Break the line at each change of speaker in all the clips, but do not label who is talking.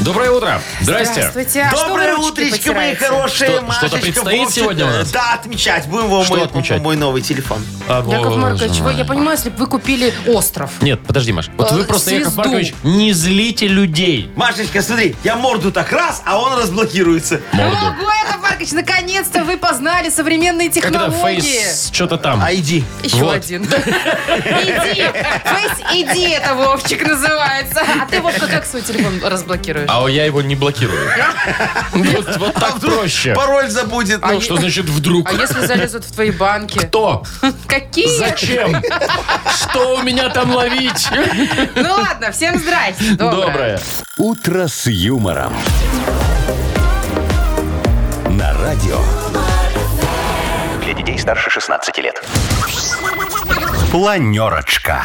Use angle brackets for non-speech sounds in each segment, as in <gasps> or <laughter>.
Доброе утро. Здрасте.
Здравствуйте. А что вы
Доброе
ручки
утречко, мои
потираете?
хорошие.
Что- что-то
Машечка,
предстоит
Вовчик,
сегодня у нас?
Да, отмечать. Будем его
Что
мой,
отмечать?
мой новый телефон.
А,
Яков
боже
Маркович, вы-
мой.
я понимаю, если бы вы купили остров.
Нет, подожди, Маш. Вот вы
Э,
просто, Яков
звезду.
Маркович, не злите людей.
Машечка, смотри, я морду так раз, а он разблокируется.
Морду.
Ого, Яков Маркович, наконец-то вы познали современные
Как это
технологии.
фейс что-то там?
А иди.
Еще
Вот.
один. <laughs> Иди. Фейс, иди, это Вовчик называется. А ты, Вовка, как свой телефон разблокируешь?
А я его не
<laughs>
блокирую. Вот вот так проще.
Пароль забудет. ну.
Что значит вдруг?
А если залезут в твои банки?
Кто?
Какие?
Зачем? Что у меня там ловить?
Ну ладно, всем здрасте. Доброе.
Доброе.
«Утро с юмором». На радио. Для детей старше 16 лет. Планерочка.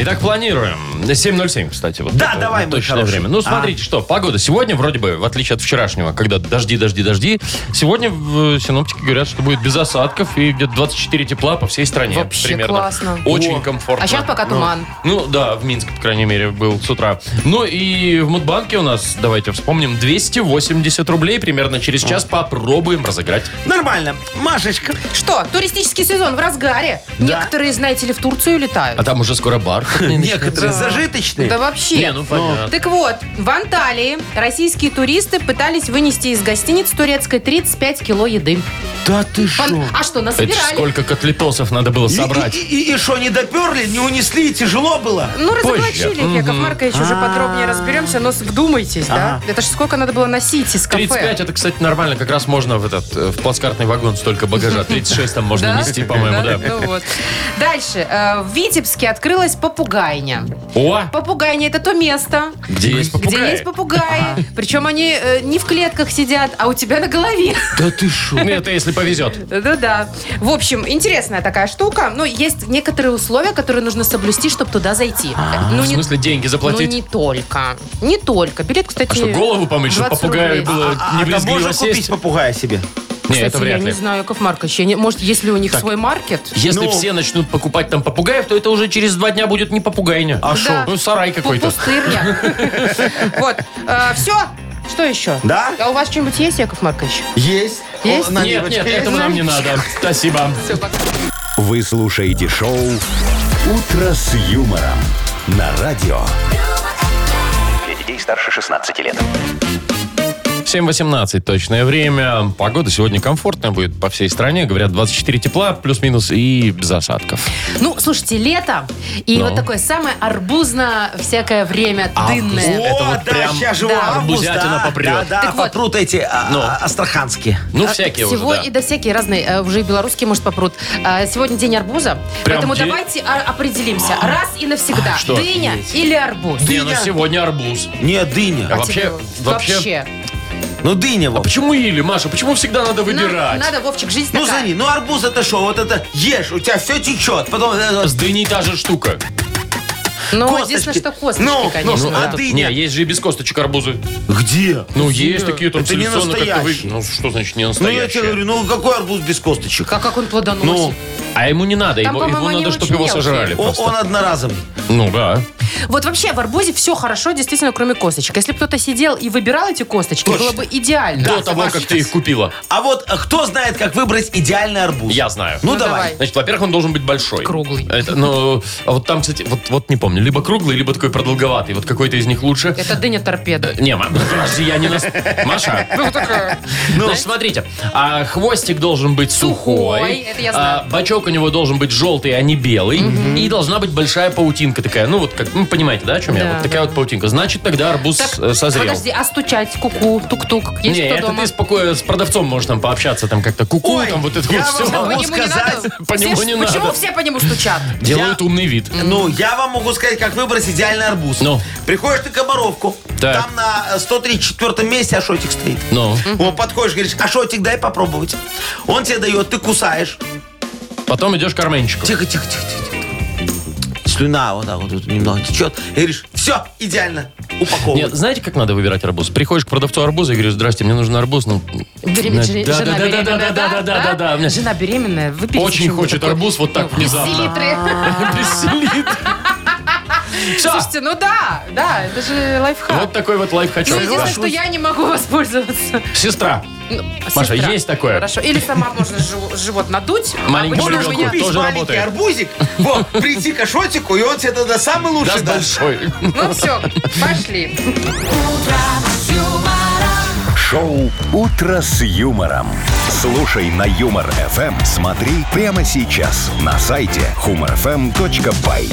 Итак, планируем. 7.07, кстати. Вот
Да,
это
давай, мой
точное
хороший. А.
время. Ну, смотрите, что, погода. Сегодня, вроде бы, в отличие от вчерашнего, когда дожди, дожди, дожди, сегодня в- э, синоптики говорят, что будет без осадков и где-то 24 тепла по всей стране.
Вообще
примерно.
классно.
Очень
О.
комфортно.
А сейчас пока
Ну,
туман.
Ну, да, в Минске, по крайней мере, был с утра. Ну, и в Мудбанке у нас, давайте вспомним, 280 рублей. Примерно через час попробуем разыграть.
Ну, Нормально. Машечка.
Что, туристический сезон в разгаре?
Да.
Некоторые, знаете ли, в Турцию
А
летают.
там уже скоро бар.
<laughs> Некоторые
<laughs>
зажиточные.
Да вообще.
Не, ну понятно.
Так вот, в Анталии российские туристы пытались вынести из гостиниц турецкой 35 кило еды.
Да ты
Пон-
шо?
А что,
Это ж
насобирали?
сколько котлетосов надо было
И-
собрать.
И, и- и шо, не доперли, не унесли, тяжело было?
Ну,
позже. А.
разоблачили, их, Яков Маркович, уже подробнее разберемся, но с- вдумайтесь, да? Это ж сколько надо было носить из кафе.
35 это, кстати, нормально. Как раз можно в этот э, в плацкартный вагон столько багажа. 36 там можно
Да?
нести, по-моему, да.
Ну вот. Дальше. Э, В Витебске открылась попугайня.
О,
Попугайня это то место,
где есть
где
попугай?
есть попугаи. Причем они э, не в клетках сидят, а у тебя на голове.
Да ты шо? Ну, Это если повезет.
Да-да. В общем, интересная такая штука. Ну, есть некоторые условия, которые нужно соблюсти, чтобы туда зайти. Ну,
А, В
не-
смысле деньги
ну,
заплатить?
не только. Не только. Билет, кстати,
А что, голову помыть, чтобы
20
попугаю
рублей.
было Э,
А,
не
а там
брезгливо
можно купить
сесть?
попугая себе?
Не,
Кстати,
это вряд
я не
ли.
знаю, Яков Маркович. я не- Может, если у них свой маркет?
Если
Ну.
все начнут покупать там попугаев, то это уже через два дня будет не попугайня.
А шо?
Ну, сарай какой-то. <laughs>
Пустырня. Вот. Все? Что еще?
Да?
А у вас что-нибудь есть, Яков Маркович?
Есть.
Есть?
О, на
Нет, нет,
девочке
это
есть.
нам не надо. Спасибо.
Вы слушаете шоу «Утро с юмором» на радио. Для детей старше 16 лет.
7.18 точное время. Погода сегодня комфортная будет по всей стране. Говорят, 24 тепла, плюс-минус и без осадков.
Ну, слушайте, лето. И
Ну.
вот такое самое арбузно всякое время,
Август.
дынное.
Это
О,
вот
да,
прям
сейчас же
да.
август,
арбузятина
да,
попрет.
Да, да,
Так вот.
попрут эти а,
Ну.
а, астраханские.
Ну,
А,
всякие уже,
всего
да.
и да всякие разные. Э, Уже и белорусские, может, попрут. А, Сегодня день арбуза. поэтому
день?
давайте а, определимся. Раз и навсегда.
А, Что?
Дыня или арбуз?
Не, ну сегодня арбуз.
Не, дыня.
А
А
вообще-
тебе
вообще-
Ну, дыня вот.
Почему или, Маша? Почему всегда надо
Нам
выбирать?
надо, Вовчик, жизнь
Ну,
такая.
смотри, ну арбуз это что? Вот это ешь, у тебя все течет. Потом э, э,
С дыней та же штука.
Ну,
косточки.
единственное, что косточки,
Ну, ну,
конечно.
ну,
да.
а ты- Дыня.
Не, есть же и без косточек арбузы.
Где?
Ну, есть такие там
Это не
селекционно как-то вы-
настоящие.
Ну, что значит не
Ну, я тебе
настоящие?
говорю, ну какой арбуз без косточек?
Как, как он плодоносит.
Ну,
а ему не надо,
Там,
ему, ему
по-моему, они
надо, чтобы
очень
его
мелкие.
сожрали
О,
просто.
он одноразовый.
Ну да.
Вот вообще в арбузе все хорошо, действительно, кроме косточек. Если бы кто-то сидел и выбирал эти косточки, было бы идеально.
До того, как ты их купила.
А вот а кто знает, как выбрать идеальный арбуз?
Я знаю.
Ну,
Ну,
давай.
давай.
Значит, во-первых, он должен быть большой.
Круглый.
Это, ну, а вот там, кстати, вот, вот не помню, либо круглый, либо такой продолговатый. Вот какой-то из них лучше.
Это дыня торпеда.
Не, Ма- ну, подожди, я не нас... Маша,
Ну, такая.
значит, смотрите. а, хвостик должен быть сухой.
Сухой, это я знаю.
а, бачок у него должен быть желтый, а не белый. И должна быть большая паутинка такая. Ну, вот как, ну, понимаете, да, о чем я?
Да,
Вот такая вот паутинка. Значит, тогда арбуз э, созрел.
Подожди, а стучать, куку, тук-тук. Есть
не,
кто
это
дома?
ты спокойно с продавцом можешь там пообщаться, там как-то куку,
Ой,
там вот это
я
вот
вам
все.
могу
По нему не
сказать,
надо?
по нему
Все ж-
не
Почему
надо.
все по нему стучат?
Делают умный вид.
Ну, я вам могу сказать, как выбрать идеальный арбуз.
Ну.
Приходишь ты комаровку,
Так.
там на э, 134 месте ашотик стоит.
Ну,
Вот подходишь, говоришь, ашотик, дай попробовать. Он тебе дает, ты кусаешь.
потом идешь к арменчику.
Тихо, тихо, тихо, тихо. слюна вот так вот, вот немного течет. И говоришь, все, идеально, упаковывай.
Нет, знаете, как надо выбирать арбуз? Приходишь к продавцу арбуза и говоришь, здрасте, мне нужен арбуз. Ну,
Беремен-
знаете,
жена беременная,
да, да, да, да, да, да, да. У меня
Жена беременная, выпить
Очень хочет арбуз вот
Ну,
так внезапно. Веселит. <laughs> Всё.
Слушайте, ну да, да, это же лайфхак.
Вот такой вот лайфхачок.
Ну, единственное, что я не могу <laughs> воспользоваться.
Сестра.
Ну,
Маша,
сестра.
есть такое?
Хорошо. Или сама можно жи- живот надуть.
Маленький
Обычно
жирок
у меня-
купить. тоже
маленький
работает.
арбузик, вот, прийти к Ашотику, и он тебе тогда самый лучший
Даст
даст.
большой.
Ну все, пошли.
Шоу «Утро с юмором». Слушай на Юмор ФМ. Смотри прямо сейчас на сайте humorfm.by.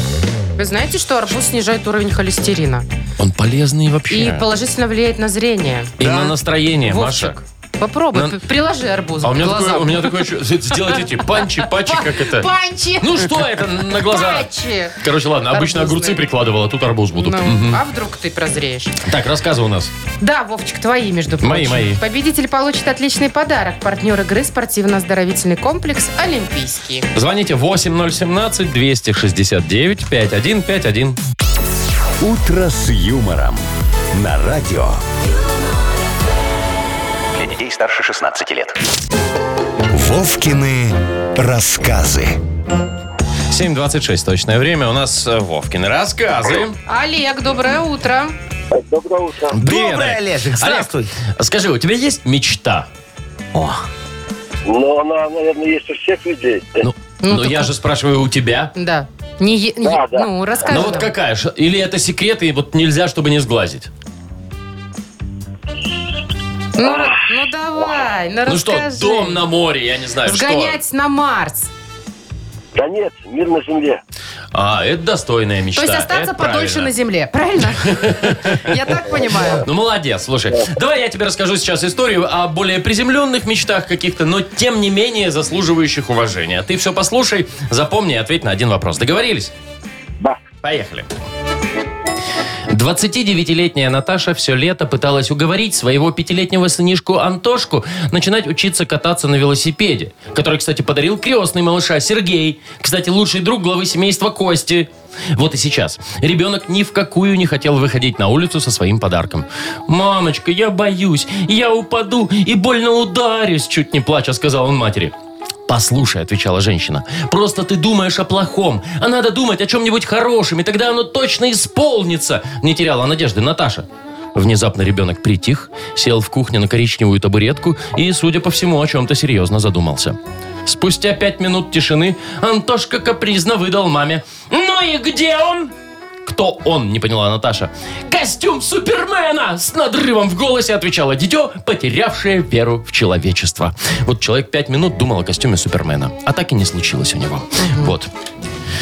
Вы знаете, что арбуз снижает уровень холестерина
Он полезный
и
вообще.
положительно влияет на зрение.
И на настроение,
Вовчик,
Маша.
Попробуй,
На-
п- приложи арбуз
А у меня
к глазам.
такое, у меня такое ощущение, сделать эти панчи, патчи, как это.
Панчи!
Ну что это на глаза?
Панчи!
Короче, ладно, обычно
Арбузные.
огурцы прикладывал, а тут арбуз будут.
Ну,
Мгм.
а вдруг ты прозреешь?
Так, рассказы у нас.
Да, Вовчик, твои, между прочим.
Мои, мои.
Победитель получит отличный подарок. Партнер игры спортивно-оздоровительный комплекс «Олимпийский».
Звоните 8017-269-5151.
«Утро с юмором» на радио.
Для детей старше 16 лет.
Вовкины рассказы.
7.26 точное время. У нас э, Вовкины рассказы.
Олег, доброе утро.
Доброе утро.
Привет,
Добрый, Олежек, здравствуй.
Олег, скажи, у тебя есть мечта?
О,
Ну, она, наверное, есть у всех людей.
Ну,
Ну,
ну, я
так-
же спрашиваю у тебя.
Да. Не е-
Да,
е-
да.
Ну, расскажи
Ну вот
нам.
какая? Ш- Или это секрет, и вот нельзя, чтобы не сглазить?
Ну, ра- ну давай, ну,
Ну что,
расскажи.
дом на море, я не знаю,
Сгонять на Марс.
Да нет, мир на земле.
что. А, это достойная мечта.
То есть остаться
это
подольше
правильно.
на Земле,
<laughs>
правильно? Я так понимаю.
Ну, молодец, слушай. Давай я тебе расскажу сейчас историю о более приземленных мечтах каких-то, но тем не менее заслуживающих уважения. Ты все послушай, запомни и ответь на один вопрос. Договорились?
Да.
Поехали. 29-летняя Наташа все лето пыталась уговорить своего пятилетнего сынишку Антошку начинать учиться кататься на велосипеде, который, кстати, подарил крестный малыша Сергей, кстати, лучший друг главы семейства Кости. Вот и сейчас. Ребенок ни в какую не хотел выходить на улицу со своим подарком. «Мамочка, я боюсь, я упаду и больно ударюсь», чуть не плача сказал он матери. «Послушай», — отвечала женщина, — «просто ты думаешь о плохом, а надо думать о чем-нибудь хорошем, и тогда оно точно исполнится», — не теряла надежды Наташа. Внезапно ребенок притих, сел в кухне на коричневую табуретку и, судя по всему, о чем-то серьезно задумался. Спустя пять минут тишины Антошка капризно выдал маме. «Ну и где он?» «Кто он?» — не поняла Наташа. «Костюм Супермена!» — с надрывом в голосе отвечала дитё, потерявшее веру в человечество. Вот человек пять минут думал о костюме Супермена, а так и не случилось у него. Вот.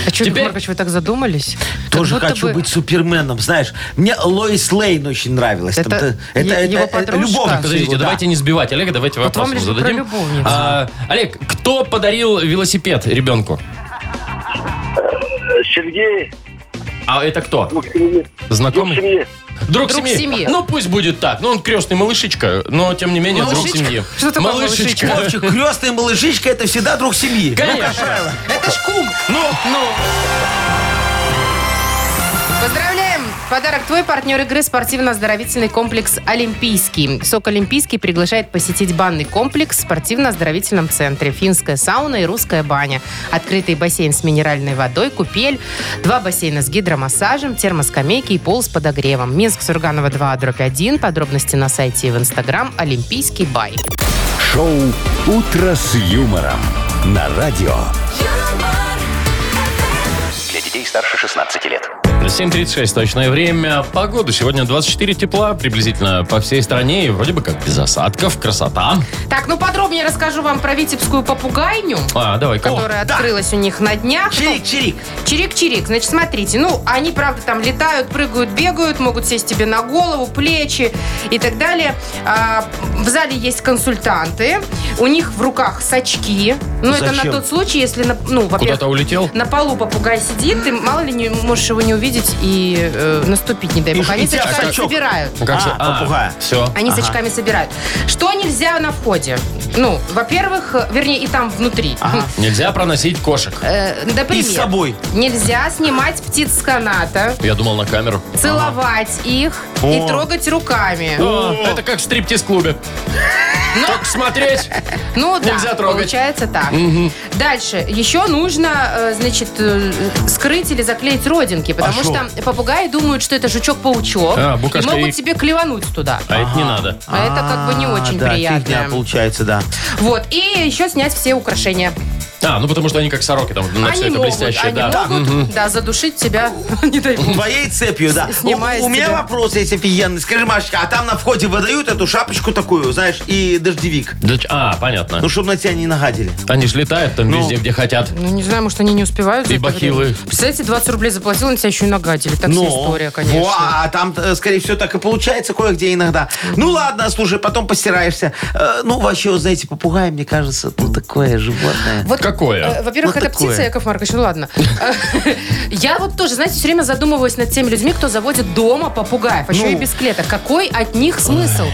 А что,
Теперь-
Маркович, вы так задумались? Как
Тоже
будто
хочу
бы-
быть суперменом, знаешь. Мне Лоис Лейн очень нравилась. Там
Это
то-
е- его подружка?
любовница
Подождите,
его, да.
давайте не сбивать Олега, давайте
Вот
вопрос
вам
ему
лишь бы про
зададим.
любовницу.
А, Олег, кто подарил велосипед ребенку?
Э, Сергей,
А это кто?
друг семьи.
Знакомый?
Друг семьи.
Друг,
Друг
семьи.
семьи.
Ну пусть будет так. Ну он крестный малышечка, но тем не менее
Малышечка?
друг семьи.
Что такое малышечка?
Вовчик, крестная малышичка это всегда друг семьи.
Конечно.
Это ж кум.
Ну, ну.
Поздравляем! Подарок твой, партнер игры спортивно-оздоровительный комплекс «Олимпийский». «Сок Олимпийский» приглашает посетить банный комплекс в спортивно-оздоровительном центре. Финская сауна и русская баня. Открытый бассейн с минеральной водой, купель, два бассейна с гидромассажем, термоскамейки и пол с подогревом. Минск, Сурганова 2, дробь 1. Подробности на сайте и в Инстаграм «Олимпийский бай».
Шоу «Утро с юмором» на радио.
Для детей старше 16 лет.
7.36 точное время. Погода сегодня 24 тепла приблизительно по всей стране. И вроде бы как без осадков. Красота.
Так, ну подробнее расскажу вам про витебскую попугайню,
А, давай.
которая открылась у них на днях. Ну,
Чирик-чирик.
Чирик-чирик, значит, смотрите, ну, они, правда, там летают, прыгают, бегают, могут сесть тебе на голову, плечи и так далее. А, в зале есть консультанты, у них в руках сачки. Ну, это на
Зачем?
тот случай, если, на- ну, во-первых,
Куда-то улетел?
на полу попугай сидит, ты мало ли не можешь его не увидеть, увидеть и э, наступить, не дай
И
бог.
ж-
Они
и
с
тебя
очками
скачок.
собирают.
Ну, как
А,
всё?
попугая.
Все.
Они с очками собирают. Что нельзя на входе? Ну, во-первых, э, вернее, и там внутри.
Нельзя проносить кошек.
Э, например,
И с собой.
Нельзя снимать птиц с каната,
Я думал на камеру.
целовать их и
О.
трогать руками.
О, А, это как в стриптиз-клубе. Только смотреть.
Ну да,
Нельзя трогать.
получается так. Дальше. Еще нужно, э, значит, э, скрыть или заклеить родинки, потому
А
что попугаи думают, что это жучок-паучок.
А,
и
букашка
могут
и-
тебе клевануть туда.
А это не надо.
А это как бы не очень
да,
приятно.
фигня получается, да.
Вот. И еще снять все украшения.
А, ну потому что они как сороки там на все
они
это
могут,
блестящее.
они
да.
могут, да, задушить тебя, <laughs> не дай бог.
Твоей цепью, да.
С- снимаю
у, у
с
меня
тебя.
вопрос есть офигенный. Скажи, Машечка, а там на входе выдают эту шапочку такую, знаешь, и дождевик.
Да ч- А, понятно.
Ну, чтобы на тебя не нагадили.
Они ж летают там
Ну.
везде, где хотят.
Ну, не знаю, может, они не успевают. за
И
это
бахилы.
время. Представляете, 20 рублей заплатил, на тебя еще и нагадили. Так вся история, конечно.
Ну, Во, а там, э, скорее всего, так и получается кое-где иногда. Ну ладно, слушай, потом постираешься. Э, Ну, вообще, вот знаете, попугай, мне кажется, ну такое животное.
Вот,
Какое?
э, Во-первых,
Вот
это
такое.
птица, Яков Маркович, ну ладно. <laughs> Я вот тоже, знаете, все время задумываюсь над теми людьми, кто заводит дома попугаев, а еще и
Ну.
без клеток. Какой от них смысл?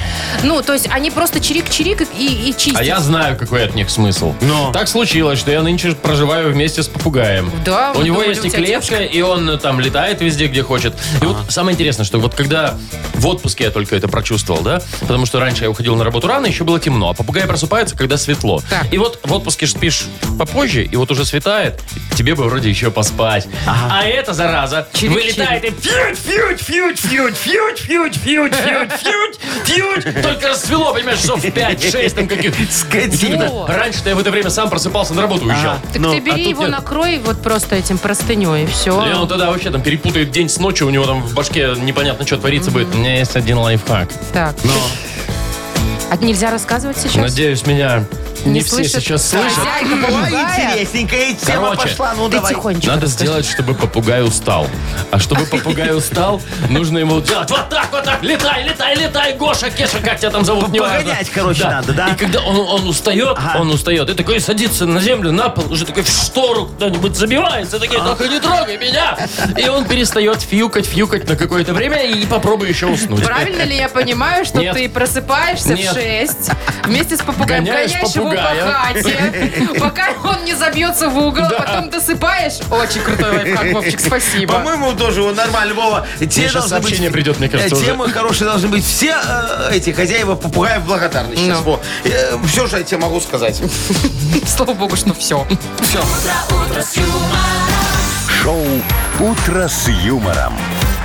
Ну, то есть они просто чирик-чирик и
А
и
я
чистят.
знаю, какой от них смысл.
Но.
Так случилось, что я нынче проживаю вместе с попугаем.
Да,
У
мы
него
думали,
есть
у
и
тебя
клетка, и он э, там летает везде, где хочет. И вот самое интересное, что вот когда в отпуске я только это прочувствовал, да, потому что раньше я уходил на работу рано, еще было темно, а попугаи просыпаются, когда светло.
Так.
И вот в отпуске ж спишь попозже, и вот уже светает, и тебе бы вроде еще поспать. А эта зараза
Чирик-чирик.
вылетает и фьють, фьють, фьють, фьють, фьють, фьють, фьють, фьють, фьють, фьють. Только рассвело, понимаешь, часов в 5-6 там каких
Скотина.
Во.
Раньше-то я в это время сам просыпался, на работу уезжал.
Так
Ну,
ты
а
бери
тут
его,
нет.
накрой вот просто этим простыней, и
И он
все.
ну тогда вообще там перепутает день с ночью, у него там в башке непонятно, что творится будет. У меня есть один лайфхак.
Так. А нельзя рассказывать сейчас?
ну. Надеюсь, меня не,
Не
все
слышат?
сейчас слышат.
Хозяйка
Ой,
попугая?
интересненькая тема
Короче,
пошла, ну
Ты
давай.
тихонечко.
Надо сделать, чтобы попугай устал. А чтобы попугай устал, нужно ему делать вот так, вот так, летай, летай, летай, Гоша, Кеша, как тебя там зовут, не
Погонять, короче, надо, да?
И когда он, он устает, он устает, и такой садится на землю, на пол, уже такой в штору куда-нибудь забивается, и такие, только не трогай меня! И он перестает фьюкать, фьюкать на какое-то время и попробуй еще уснуть.
Правильно ли я понимаю, что
Нет.
ты просыпаешься
Нет.
в 6 вместе с попугаем,
Гоняешь
гоняешь, его по
попугая.
хате,
<laughs>
пока он не забьется в угол,
Да.
потом досыпаешь. Очень крутой
<laughs>
лайфхак, Вовчик, спасибо.
По-моему, тоже он нормально, Вова. Те
Типа, щас
должны
сообщение
быть-
придет, мне кажется,
э,
уже.
Темы хорошие должны быть. Все э, эти хозяева попугаев благодарны сейчас.
Ну.
Во. все, что я тебе могу сказать.
Слава богу, что все.
Шоу «Утро с юмором».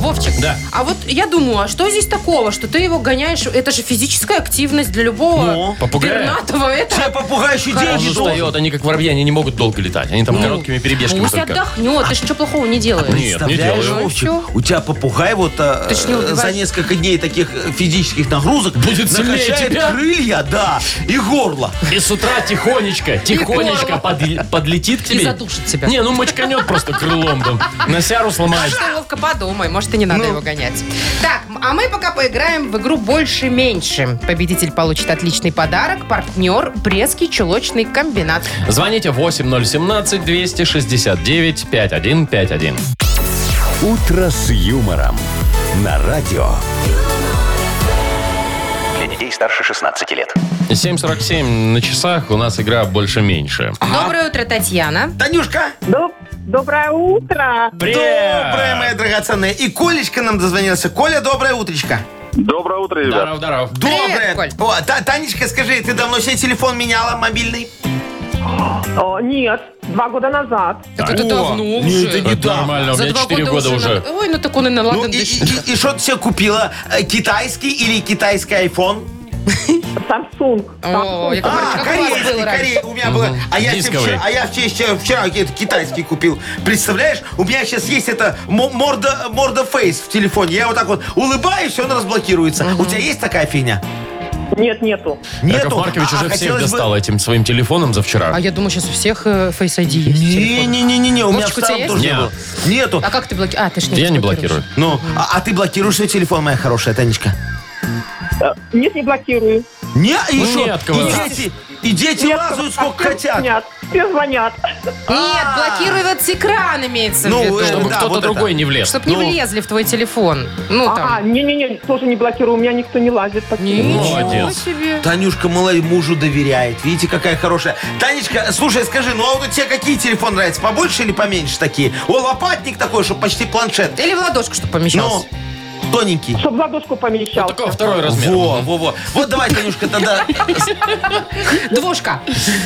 Вовчик,
Да.
а вот я думаю, а что здесь такого, что ты его гоняешь? Это же физическая активность для любого
Ну,
попугая.
пернатого. Это
Тебе попугай еще
Он
деньги должен.
устает, они как воробьи, они не могут долго летать, они там короткими перебежками
Ну, пусть
только.
отдохнет, ты же ничего плохого не делаешь.
Нет, не
Представляешь,
делаю.
Вовчик,
Ну и
у тебя попугай вот э,
Ты ж не убиваешь.
за несколько дней таких э, физических нагрузок
Будет сильнее
накачает
тебя?
крылья, да, и горло.
И с утра тихонечко, тихонечко подл- подлетит к тебе.
И задушит тебя.
Не, ну мочканет просто крылом там. Носяру сломает.
Ты, Вовка, подумай, может, и не надо его гонять. Так, а мы пока поиграем в игру «Больше-меньше». Победитель получит отличный подарок. Партнер – Брестский чулочный комбинат.
Звоните 8017-269-5151.
«Утро с юмором» на радио.
Для детей старше 16 лет.
7.47 на часах у нас игра «Больше-меньше».
Доброе утро, Татьяна.
Танюшка,
Доб- Доброе утро.
добрая моя драгоценная. И Колечка нам дозвонился. Коля, доброе утречко.
Доброе утро, ребят.
Здоров, здоров.
Доброе.
Привет, Коль.
О, Та- Танечка, скажи, ты давно себе телефон меняла мобильный?
О, Э, нет, два года назад.
Так ну это
О, ну
давно
не,
уже.
это не
Это нормально, у
За
меня
два
4 года уже.
на- Ой, ну так он и на
Ну,
ладан
и,
дышит.
что ты себе купила? Э, Китайский или китайский iPhone?
Samsung.
О, Яков
Samsung.
Маркович, А, как у вас было раньше?
корей- У меня было. А я, себе
Дисковый.
вчера, а я вчера, вчера- вчера какие-то китайский купил. Представляешь, у меня сейчас есть это мо- морда, морда фейс в телефоне. Я вот так вот улыбаюсь, он разблокируется. У тебя есть такая фигня?
Нет, нету.
Яков Маркович
А,
уже всех
хотелось бы-
достал этим своим телефоном за вчера.
А я думаю, сейчас у всех э, Face ID есть. телефон.
Не-не-не-не, у меня в
Вовчик, у тебя
старом
есть?
тоже не
Не.
было. Нету.
А как ты блокируешь? А, ты ж
Я не блокирую.
Ну, а, а ты блокируешь свой телефон, моя хорошая Танечка?
Э, Нет, не блокирую.
Не, еще.
нет, Ну, кого?
И дети, И дети
Нет,
лазают
а
сколько
все
хотят.
Звонят, все звонят.
Нет, блокируют с экрана, имеется
Ну,
в виду.
э,
Чтобы,
Чтобы
да,
кто-то
вот это.
другой не влез.
не
ну.
влезли в твой телефон. Ну,
Ага,
там.
не-не-не, тоже не блокирую, у меня никто не лазит. так.
Ничего
Молодец.
себе.
Танюшка малой мужу доверяет. Видите, какая хорошая. Танечка, слушай, скажи, ну а вот тебе какие телефоны нравятся? Побольше или поменьше такие? О, лопатник такой, что почти планшет.
Или в ладошку, чтобы
Ну,
помещалось.
тоненький.
Чтобы ладошку помельчал.
Такой второй размер.
Во, во, во. Вот давай,
<laughs>
Танюшка, тогда
Двушка.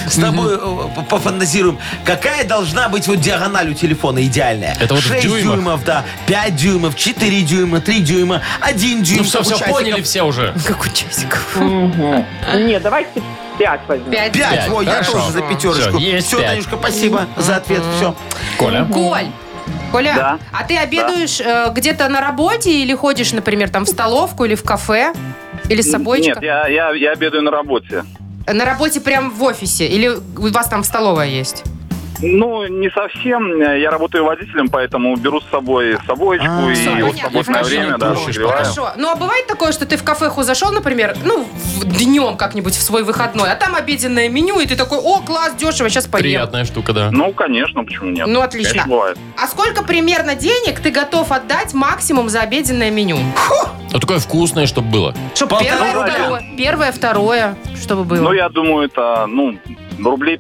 с тобой э, по- пофантазируем. Какая должна быть вот диагональ у телефона идеальная?
Это вот в
6
дюймах?
дюймов, да. 5 дюймов, 4 дюйма, 3 дюйма, 1 дюйм.
Ну все, все
Участников.
поняли все уже.
Как у часиков.
Не, давайте пять возьмем.
Пять.
Пять. Во, я
Хорошо.
тоже за
Всё,
пятерочку.
есть
Все,
пять.
Танюшка, спасибо за ответ. Все.
Коля.
Коль. Коля,
Да.
а ты обедаешь э, где-то на работе или ходишь, например, там в столовку или в кафе? Или с собой?
Нет, я, я, я обедаю на работе.
На работе прям в офисе? Или у вас там столовая есть?
Ну, не совсем. Я работаю водителем, поэтому беру с собой собоечку
А,
и
понятно.
вот в свободное
И в
время,
машину
да,
тушишь
согреваю.
Хорошо. Ну, а бывает такое, что ты в кафеху зашел, например, ну, днем как-нибудь в свой выходной, а там обеденное меню, и ты такой, о, класс, дешево, сейчас поем.
Приятная штука, да.
Ну, конечно, почему нет?
Ну, отлично.
Конечно, бывает.
А сколько примерно денег ты готов отдать максимум за обеденное меню?
Ну, такое вкусное, чтобы было. Ну,
Чтоб
Полтора
первое,
рубля.
второе, первое, второе, чтобы было.
Ну, я думаю, это, ну, рублей 15-20,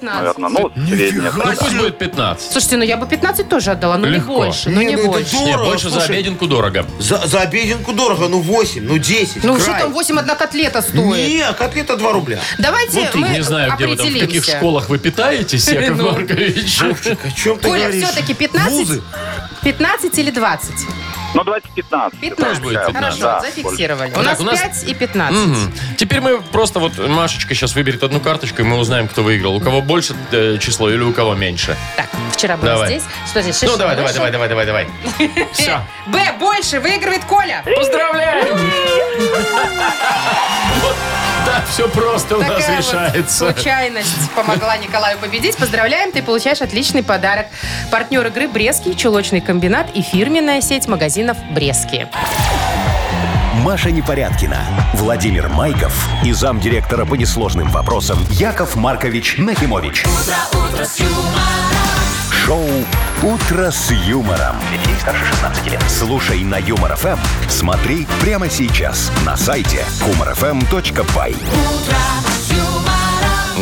15.
наверное. Ну, вот среднее.
Ну, пусть будет 15.
Слушайте, ну я бы 15 тоже отдала, но
Легко.
не больше, ну не
ну это
больше.
Нет,
Здорово,
больше за
слушай.
обеденку дорого.
За, за обеденку дорого, ну 8, ну 10.
Ну
край.
что там 8 одна котлета стоит?
Не, а котлета 2 рубля.
Давайте мы
Ну Не знаю, где вы там, в
определимся.
каких школах вы питаетесь, Яков
<laughs> Ну.
Маркович.
Вовчик, о чем ты
Коля,
говоришь?
все-таки 15?
Вузы.
15 или 20?
Ну, давайте 15.
15.
будет 15.
Хорошо,
Да,
зафиксировали. У
Так,
нас
у нас-
5 и 15.
Мгм. Теперь мы просто вот Машечка сейчас выберет одну карточку, и мы узнаем, кто выиграл. У кого больше э, число или у кого меньше.
Так, вчера было
Давай.
здесь. Что здесь?
Ну
шесть
давай, давай, давай,
больше?
давай, давай, давай.
<laughs>
Все.
Б больше выигрывает Коля.
Да, все просто у нас
Такая вот
решается.
случайность помогла Николаю победить. Поздравляем, ты получаешь отличный подарок. Партнер игры «Брестский», «Чулочный комбинат» и фирменная сеть магазинов «Брестские».
Маша Непорядкина, Владимир Майков и замдиректора по несложным вопросам Яков Маркович Нахимович. Шоу Утро с юмором. Детей старше 16 лет. Слушай на юмор ФМ. Смотри прямо сейчас на сайте humorfm.by.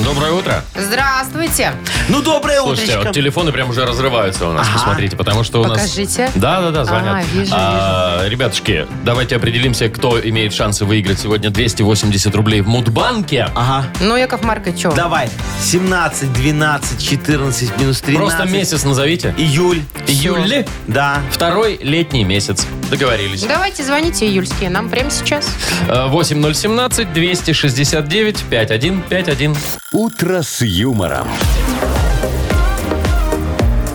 Доброе утро.
Здравствуйте.
Ну, доброе
Слушайте, а вот
утречко.
телефоны прям уже разрываются у нас, посмотрите, потому что у нас...
Покажите.
Да, да, да, звонят.
А, вижу,
А, ребятушки, давайте определимся, кто имеет шансы выиграть сегодня 280 рублей в Мудбанке.
Ага.
Ну, Яков Маркович, что?
Давай. 17, 12, 14, минус 13.
Просто месяц назовите.
Июль.
Июль.
Да.
Второй летний месяц. Договорились.
Давайте звоните июльские нам прямо сейчас.
Э, 8017-269-5151.
Утро с юмором.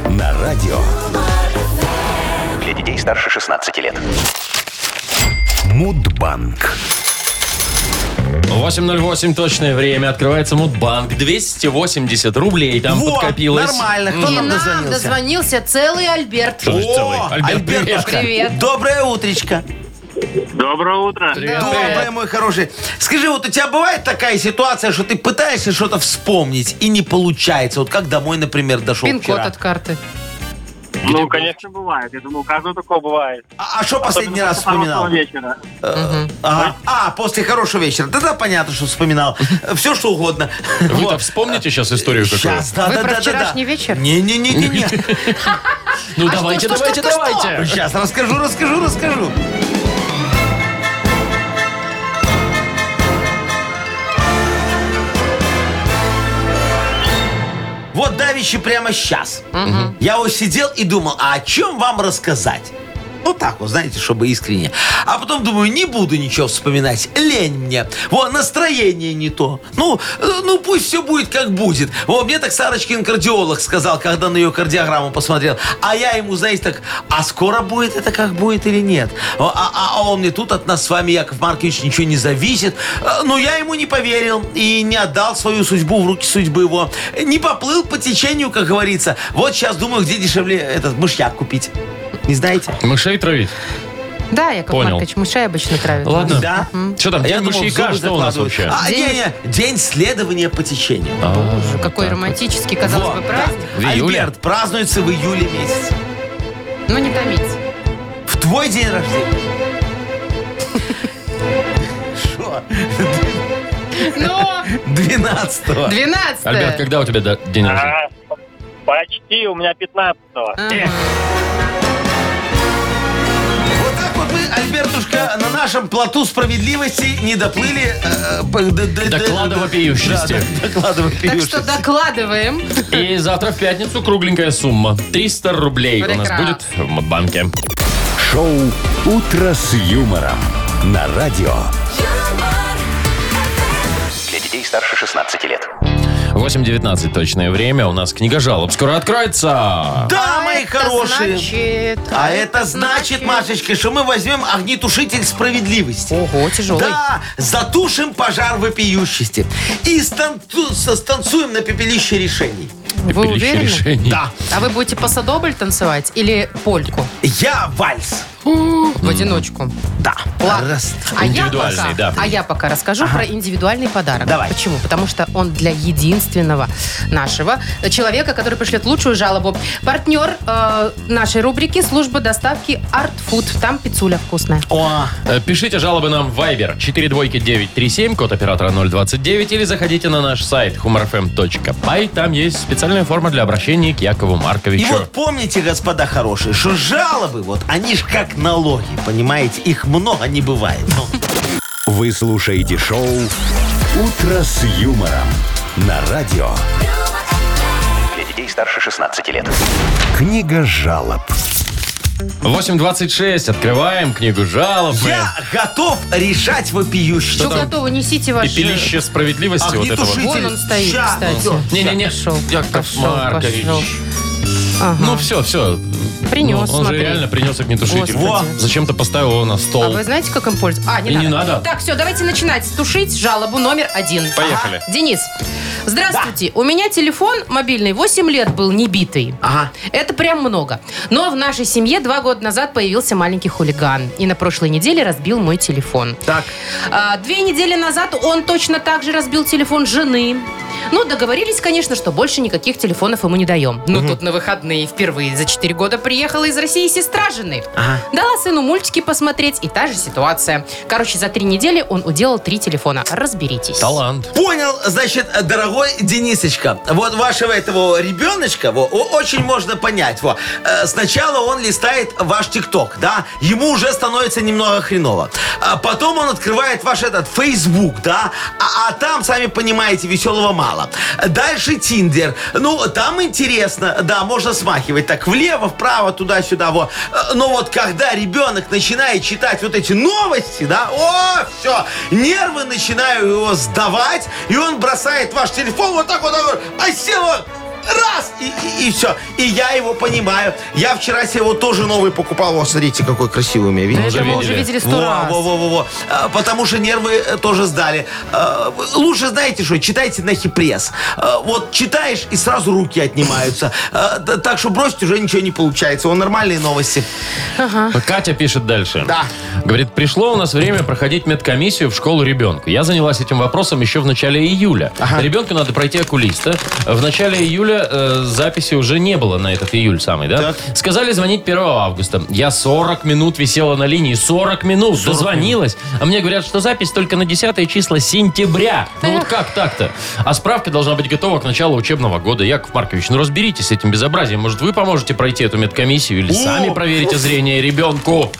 На радио
Для детей старше 16 лет.
Мудбанк.
8.08 точное время. Открывается Мудбанк. 280 рублей там
Во,
подкопилось.
Нормально. Кто
И
нам
нам
дозвонился?
дозвонился целый Альберт.
Что ж целый?
О,
Альберт,
Альберт,
привет.
Привет.
Доброе утречко.
Доброе утро.
Привет,
Доброе,
привет.
мой хороший. Скажи, вот у тебя бывает такая ситуация, что ты пытаешься что-то вспомнить и не получается? Вот как домой, например, дошел
Пин-код
вчера.
от карты.
Ну,
Конечно, бывает. Я думаю, у каждого такое бывает.
А что последний раз
Особенно после
вспоминал?
хорошего вечера.
Ага. А, после хорошего вечера. Тогда понятно, что
<laughs>
вспоминал. Все, что угодно.
Вы-то вспомните сейчас историю какую?
Сейчас, да,
Вы
да,
про
да, да,
вчерашний
да.
вечер?
Не-не-не-не.
Ну
А
давайте,
что,
давайте,
что, что, что, что?
давайте.
Сейчас расскажу, расскажу, расскажу. Вот давище прямо сейчас. Я вот сидел и думал, а о чем вам рассказать? Вот так вот, знаете, чтобы искренне. А потом думаю, не буду ничего вспоминать. Лень мне. Во, настроение не то. Ну, э, ну пусть все будет как будет. Во, мне так Сарочкин кардиолог сказал, когда на ее кардиограмму посмотрел. А я ему, знаете, так, а скоро будет это как будет или нет? О, А, а- а он мне тут от нас с вами, Яков Маркович, ничего не зависит. Э, Но я ему не поверил и не отдал свою судьбу в руки судьбы его. Не поплыл по течению, как говорится. Вот сейчас думаю, где дешевле этот мышьяк купить. Не знаете?
Мышей травить?
Да, Яков
Понял.
Маркович, мышей обычно травят.
Ладно.
Да?
Что там,
А
день
думал,
мышьяка,
зубы
что у нас
закладывают.
вообще?
А, не, не, день следования по течению.
Боже, какой романтический, казалось
Вот,
бы,
да.
праздник.
В июле?
Альберт празднуется в июле месяце.
Ну, не томить.
<laughs>
В твой день рождения. Шо?
Но
12
А, Альберт,
12
когда у тебя да, день рождения?
А,
почти, у меня 15-го.
Вот так вот мы, Альбертушка, на нашем плоту справедливости не доплыли... э, по- до- до- до-
Доклада
до-
вопиющести.
Да, да, доклада
Так
вопиющести.
что докладываем.
И завтра в пятницу кругленькая сумма. 300 рублей у нас
Прекрасно.
будет в Мудбанке.
Шоу «Утро с юмором» на радио.
Для детей старше 16 лет.
8.19 точное время. У нас книга жалоб скоро откроется.
Да, мои
А Это
хорошие.
значит-
А это значит, Машечка, что мы возьмем огнетушитель справедливости.
Ого, тяжелый.
Да, затушим пожар вопиющести. И станту- со- станцуем на пепелище решений.
Вы
Пепелище
уверены?
решений.
Да.
А вы будете пасадобль танцевать или польку?
Я вальс.
В одиночку.
Да.
Ладно.
Раз.
А я
Индивидуальный,
пока-
да.
А я пока расскажу про индивидуальный подарок.
Давай.
Почему? Потому что он для единственного нашего человека, который пришлет лучшую жалобу. Партнер э, нашей рубрики служба доставки Art Food. Там пиццуля вкусная.
О,
Э, Пишите жалобы нам в Viber 42937, код оператора 029, или заходите на наш сайт humorfm.by. Там есть специальная форма для обращения к Якову
И
Марковичу.
вот помните, господа хорошие, что жалобы, вот, они ж как налоги, понимаете? Их много не бывает. Ну,
Вы слушаете шоу «Утро с юмором» на радио.
Для детей старше 16 лет.
Книга жалоб.
8.26, открываем книгу жалоб.
я готов решать вопиющие.
Что готово, несите ваш...
Пепелище справедливости вот это вот.
Огнетушитель.
Вон он стоит,
Ща,
кстати.
идет.
Не-не-не,
Пошел,
Яков
пошел,
Маркович.
пошел. Ага.
Ну все, все.
Принес,
он
смотри.
же реально принес огнетушитель.
Господи.
Во. Зачем-то поставил его на
А
стол.
вы знаете, как им пользоваться? А, не
И
надо.
не надо.
Так, все, давайте начинать. Тушить жалобу номер один.
Поехали.
Ага. Денис, здравствуйте. У меня телефон мобильный 8 лет был небитый.
Ага.
Это прям много. Но в нашей семье два года назад появился маленький хулиган. И на прошлой неделе разбил мой телефон.
Так.
А, две недели назад он точно так же разбил телефон жены. Ну, договорились, конечно, что больше никаких телефонов ему не даем. Но тут на выходные впервые за 4 года приехала из России сестра жены.
Ага.
Дала сыну мультики посмотреть, и та же ситуация. Короче, за три недели он уделал три телефона. Разберитесь.
Талант.
Понял, значит, дорогой Денисочка, вот вашего этого ребеночка во, о- очень можно понять. Во. Э, Сначала он листает ваш ТикТок, да, ему уже становится немного хреново. А потом он открывает ваш этот Фейсбук, да, а, а там, сами понимаете, веселого мало. Дальше Тиндер. Ну, там интересно, да, можно смахивать так влево, вправо, туда-сюда, вот. Но вот когда ребенок начинает читать вот эти новости, да, о, все, нервы начинают его сдавать, и он бросает ваш телефон вот так вот, так вот, а села раз, и, все. И я его понимаю. Я вчера себе вот тоже новый покупал. Вот, смотрите, какой красивый у меня, видите?
Это мы уже видели сто раз.
Во, во, во, во. А, Потому что нервы э, тоже сдали. А, Лучше знаете что, читайте на пресс. А, Вот читаешь, и сразу руки отнимаются. А, т- Так что бросить уже ничего не получается. Он нормальные новости.
Катя пишет дальше.
Да.
Говорит, пришло у нас время проходить медкомиссию в школу ребенка. Я занялась этим вопросом еще в начале июля. Ребенку надо пройти окулиста. В начале июля э, записи уже не было на этот июль самый, да? Сказали звонить 1 августа. Я 40 минут висела на линии. 40 минут дозвонилась. А мне говорят, что запись только на 10 числа сентября. Ну вот как так-то? А справка должна быть готова к началу учебного года. Яков Маркович, ну разберитесь с этим безобразием. Может, вы поможете пройти эту медкомиссию или сами проверите зрение ребенку?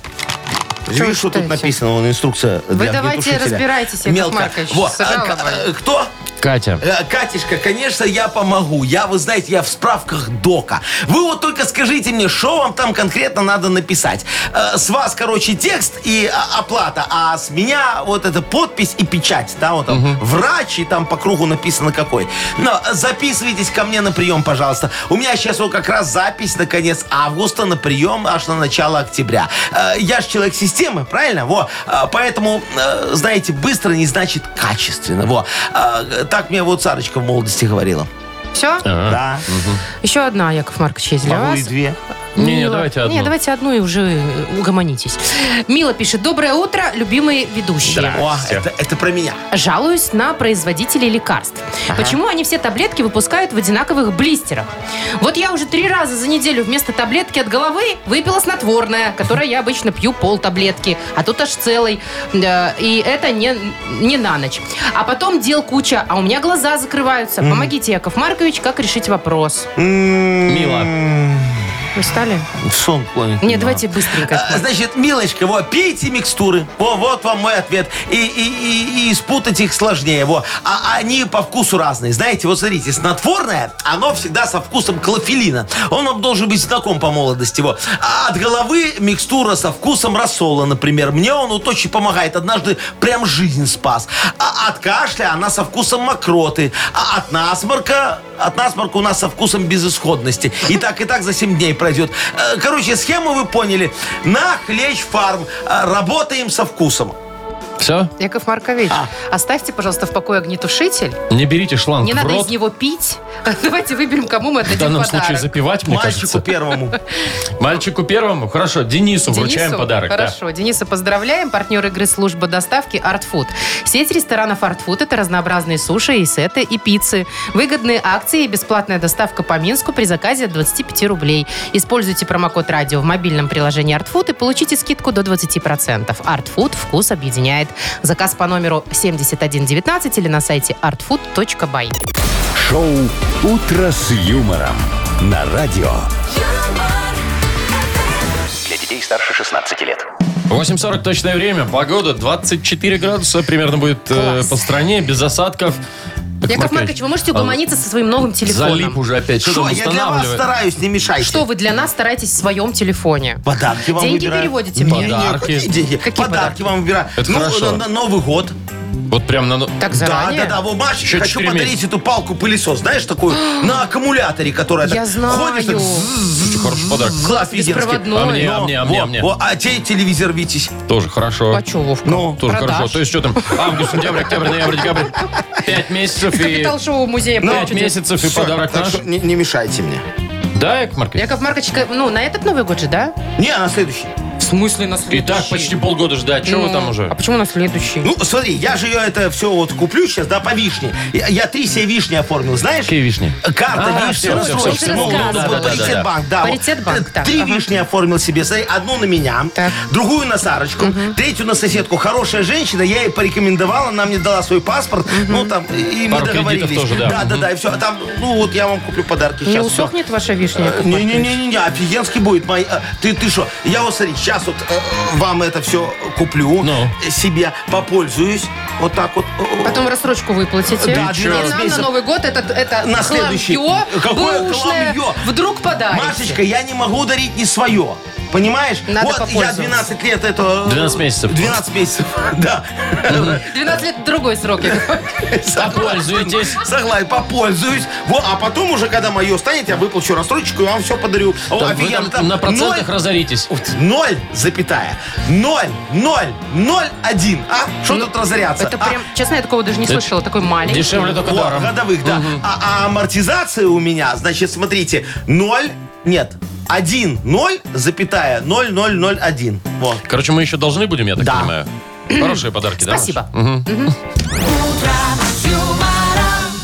Видишь, что тут
читаете?
написано? Вон инструкция
Вы
для
давайте
огнетушителя.
разбирайтесь, Яков Маркович,
Вот.
с
А,
жалобой.
к- э, Кто?
Катя.
Э, Катюшка, конечно, я помогу. Я, вы знаете, я в справках ДОКа. Вы вот только скажите мне, что вам там конкретно надо написать. Э, С вас, короче, текст и а, оплата, а с меня вот эта подпись и печать. Да, вот там врач, и там по кругу написано какой. Но э, записывайтесь ко мне на прием, пожалуйста. У меня сейчас вот как раз запись на конец августа на прием аж на начало октября. Э, Я же человек системы, правильно? Во. Э, Поэтому, э, знаете, быстро не значит качественно. Во. Э, Так мне вот Сарочка в молодости говорила.
Все?
А.
Да.
Еще одна, Яков Маркович, есть для
Могу и
вас.
две.
Не-не,
Мила-
давайте одну.
Не, давайте одну и уже э, угомонитесь. Мила пишет. Доброе утро, любимые ведущие.
О, это, это про меня.
Жалуюсь на производителей лекарств. Почему они все таблетки выпускают в одинаковых блистерах? Вот я уже три раза за неделю вместо таблетки от головы выпила снотворное, которое я обычно пью пол таблетки, а тут аж целый. Да, И это не, не на ночь. А потом дел куча, а у меня глаза закрываются. Помогите, Яков Маркович, как решить вопрос?
Мила.
Вы стали?
Сон клонит.
Не,
Ну.
давайте быстренько.
А, Значит, милочка, вот, пейте микстуры. Во, вот вам мой ответ. И, и, и- и спутать их сложнее. Во. А они по вкусу разные. Знаете, вот смотрите, снотворное, оно всегда со вкусом клофелина. Он вам должен быть знаком по молодости. Во. А от головы микстура со вкусом рассола, например. Мне он вот очень помогает. Однажды прям жизнь спас. А от кашля она со вкусом мокроты. А от насморка от насморка у нас со вкусом безысходности. И так, и так за 7 дней пройдет. Э, Короче, схему вы поняли. На хлещ фарм. Э, Работаем со вкусом.
Все?
Яков Маркович,
А.
оставьте, пожалуйста, в покое огнетушитель.
Не берите шланг
Не
в
надо
рот.
из него пить. <laughs> Давайте выберем, кому
Ну, В
мы отдадим
данном
подарок.
случае запивать, мне
Мальчику
кажется.
первому.
Мальчику первому? Хорошо, Денису, вручаем
Денису?
подарок. да.
Хорошо. Дениса поздравляем. Партнер игры служба доставки Art Food. Сеть ресторанов Art Food – это разнообразные суши и сеты, и пиццы. Выгодные акции и бесплатная доставка по Минску при заказе от 25 рублей. Используйте промокод «Радио» в мобильном приложении Art Food и получите скидку до 20%. Art Food – вкус объединяет. Заказ по номеру 7119 или на сайте artfood.by.
Шоу «Утро с юмором» на радио.
Для детей старше 16 лет.
8.40 точное время, погода 24 градуса примерно будет э,
Класс.
по стране, без осадков. Яков
Яков Маркович, вы можете угомониться со своим новым телефоном?
а, Залип уже опять, что
Что,
там
я для вас
устанавливает?
стараюсь, не мешайте.
Что вы для нас стараетесь в своем телефоне?
Подарки вам
Деньги
выбираю.
переводите
Не,
мне?
не,
Подарки.
какие деньги?
Какие подарки?
подарки вам выбираю.
Это
ну,
хорошо.
на- на Новый год.
Вот прям на... ну,
Так
Да,
заранее?
да, да. Во, Машечка,
Еще
хочу
четыре
подарить
месяца.
эту палку-пылесос.
<gasps>
Знаешь, такую на аккумуляторе, которая
Я
так
знаю.
ходишь, так
Очень хороший подарок.
офигенский.
Беспроводной.
А мне, а
Во,
мне, а мне, а мне.
во, А те телевизор витесь.
Тоже хорошо.
А чё, Вовка?
Ну, тоже
Продаж.
хорошо. То есть что там? Август, сентябрь, октябрь, ноябрь, декабрь. Пять месяцев и...
Капитал шоу музея.
Пять
прячете.
месяцев и
Всё,
подарок
так
наш.
что не, не мешайте мне.
Да, Яков Маркович?
Яков Маркович, к- ну, на этот Новый год же, да?
Не, а на следующий.
В смысле на
И так почти полгода ждать. Чего вы там
А
уже?
почему на следующий?
Ну, смотри, я же ее это все вот куплю сейчас, да, по вишне. Я, я три себе вишни оформил, знаешь?
Какие вишни?
Карта
А,
вишни,
всё, всё,
рассрочка,
всё, всё,
ну,
всё,
ну,
да,
вот
да,
да, да.
Паритет-банк, да. вот. Э,
Паритет-банк, так,
Три
ага.
вишни оформил себе. Смотри, одну на меня,
Так.
другую на Сарочку, третью на соседку. Хорошая женщина, я ей порекомендовала, она мне дала свой паспорт, ну, там, и и мы
Пару кредитов
договорились.
тоже, да.
да, да, да, и все. А там, ну, вот я вам куплю подарки
Не
сейчас. всё.
усохнет ваша вишня? Яков Маркович?
Не-не-не, офигенский будет. Мои, э, ты ты что? Я вот смотри, сейчас вот э, э, вам это все куплю,
Ну.
э, себе попользуюсь. Вот так вот. э, э,
Потом рассрочку выплатите.
Да,
И нам
12
на
месяцев.
Новый год это, это
На следующий.
хламье
Какое
бэушное
хламье?
вдруг подарите.
Машечка, я не могу дарить не свое. Понимаешь?
Надо
вот я
попользоваться.
12 лет это...
12 месяцев.
12 месяцев, <laughs> да.
12 лет другой срок. Яков Маркович.
Попользуйтесь.
Согласен, попользуюсь. Во, а потом уже, когда мое станет, я выплачу рассрочку и вам все подарю. О,
Там вы
офигенно,
там
там
на процентах
ноль-
разоритесь.
Вот Ноль, запятая. Ноль, ноль, ноль, один. А? Что тут разоряться?
Ну, Это
а?
прям, честно, я такого даже не слышала. Такой маленький.
Дешевле только
Вот,
даром.
годовых, да. А, а амортизация у меня, значит, смотрите, 0, нет, 1, 0, запятая, 0, 0, 0, 1. Вот.
Короче, мы еще должны будем, я так
Да.
понимаю. Хорошие подарки, да?
Спасибо. Мгм.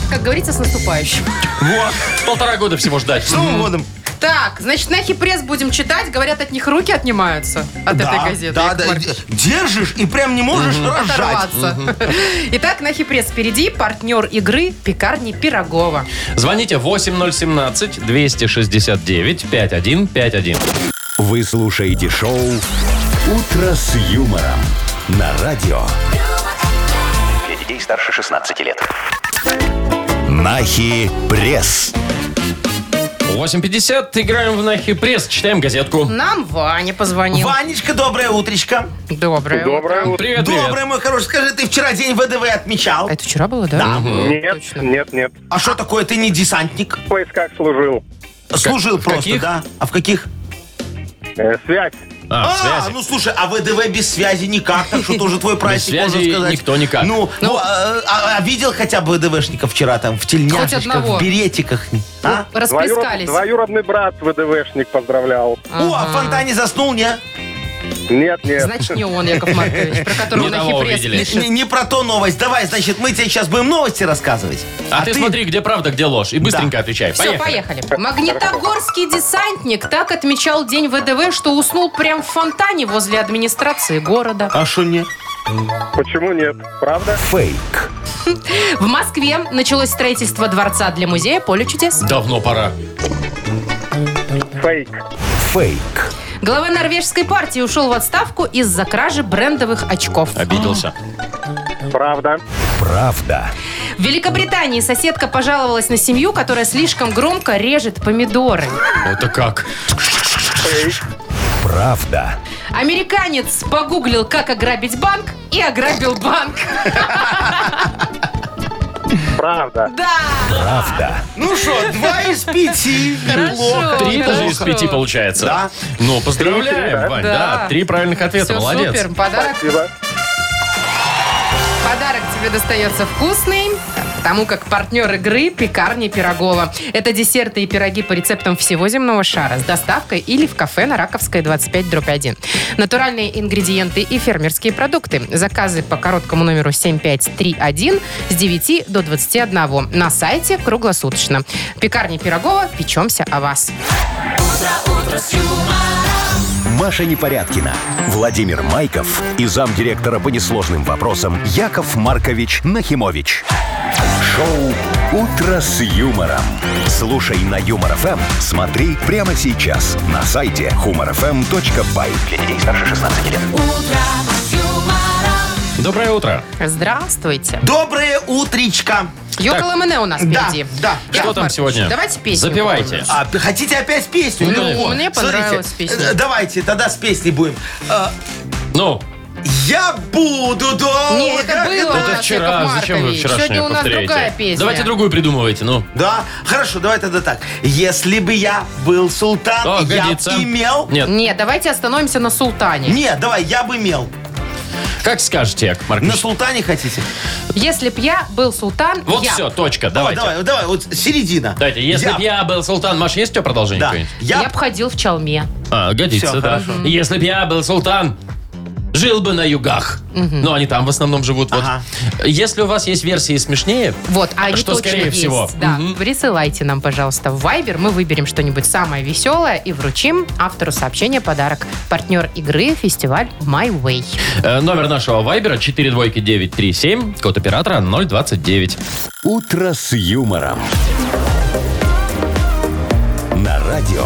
Как говорится, с наступающим.
Вот.
Полтора года всего ждать.
С Новым годом.
Так, значит, на пресс будем читать. Говорят, от них руки отнимаются. От этой газеты.
да,
Яков
да,
Маркович.
держишь и прям не можешь разжать.
оторваться. <laughs> Итак, на пресс впереди партнер игры пекарни Пирогова.
Звоните 8017-269-5151.
Вы слушаете шоу «Утро с юмором» на радио.
Для детей старше 16 лет.
Нахи пресс.
8.50, играем в Нахи Пресс, читаем газетку.
Нам Ваня позвонил.
Ванечка, доброе утречко.
Доброе.
Доброе утро.
Привет,
Доброе,
привет.
мой хороший. Скажи, ты вчера день ВДВ отмечал?
А это вчера было, да?
Нет,
Точно.
нет, нет.
А что такое? Ты не десантник?
В войсках служил.
Служил просто,
каких?
да? А в каких?
Э, связь.
А, в связи.
ну слушай, а ВДВ без связи никак, так что тоже твой праздник,
связи
можно сказать.
никто никак.
Ну, ну, а, а- а видел хотя бы ВДВшника вчера там в тельняшечках,
одного.
в беретиках? А?
Расплескались.
Двоюродный брат ВДВшник поздравлял.
О, а в фонтане заснул, не?
Нет, нет.
Значит, не он, Яков Маркович, про которого
Не
на
того
хипресс
увидели.
пишет.
Не, не про то новость. Давай, значит, мы тебе сейчас будем новости рассказывать.
А, ты, смотри, где правда, где ложь. И быстренько
Да.
отвечай.
Все,
Поехали.
поехали. Магнитогорский десантник так отмечал день ВДВ, что уснул прям в фонтане возле администрации города.
А что не?
Почему нет? Правда?
Фейк.
В Москве началось строительство дворца для музея «Поле чудес».
Давно пора.
Фейк.
Фейк.
Глава норвежской партии ушел в отставку из-за кражи брендовых очков.
Обиделся.
Правда.
Правда.
В Великобритании соседка пожаловалась на семью, которая слишком громко режет помидоры.
Это как?
Правда.
Американец погуглил, как ограбить банк, и ограбил банк. <laughs>
Правда.
Да!
Правда.
Ну что, два из пяти.
Хорошо.
Три даже из
Хорошо.
пяти получается.
Да.
Ну, поздравляем, Вань.
Да.
Да, три правильных ответа.
Все
Молодец.
супер. Подарок,
Спасибо.
подарок тебе достается вкусный, потому как партнер игры «Пекарни Пирогова». Это десерты и пироги по рецептам всего земного шара с доставкой или в кафе на Раковской 25 дробь 1. Натуральные ингредиенты и фермерские продукты. Заказы по короткому номеру 7531 с 9 до 21 на сайте круглосуточно. «Пекарни Пирогова» печемся о вас.
Маша Непорядкина, Владимир Майков и замдиректора по несложным вопросам Яков Маркович Нахимович. Шоу «Утро с юмором». Слушай на Юмор ФМ, смотри прямо сейчас на сайте humorfm.by. Для детей старше 16 лет.
Доброе утро.
Здравствуйте.
Доброе утречко.
Йокол МН у нас
Да,
впереди.
да.
Яков
Что там
Маркович,
сегодня?
Давайте песню.
Запивайте.
А, хотите опять песню?
Ну,
вот,
мне
смотрите.
понравилась песня.
Э, Давайте, тогда с песней будем. Э,
Ну,
Я буду долго.
Не, это было у
это
нас,
вчера.
Яков
Зачем вы
Маркович.
вчерашнюю
Сегодня у нас
повторяете?
другая песня.
Давайте другую придумывайте, ну.
Да, хорошо, давай тогда так. Если бы я был султан,
О,
я б
годится.
имел...
Нет,
Нет, давайте остановимся на Султане.
Нет, давай, я бы имел.
как скажете, Яков
На
Маркович.
султане хотите?
Если б я был Султан,
Вот
я...
все, точка,
Давай,
давайте.
давай, давай, вот середина.
Давайте, если б я был султан, Маш, есть у тебя продолжение
Да,
какое-нибудь?
Я,
я
б ходил в Чалме.
А, годится,
Всё,
да.
хорошо.
Если б я был султан, жил бы на югах. Ну, они там в основном живут. вот.
Ага.
Если у вас есть версии смешнее,
Вот, а они
Что
точно
скорее
есть.
всего.
Да.
Мгм.
Присылайте нам, пожалуйста, в Viber. Мы выберем что-нибудь самое веселое и вручим автору сообщения подарок. Партнер игры фестиваль My Way.
э, номер нашего вайбера 42937, код оператора 029.
«Утро с юмором». На радио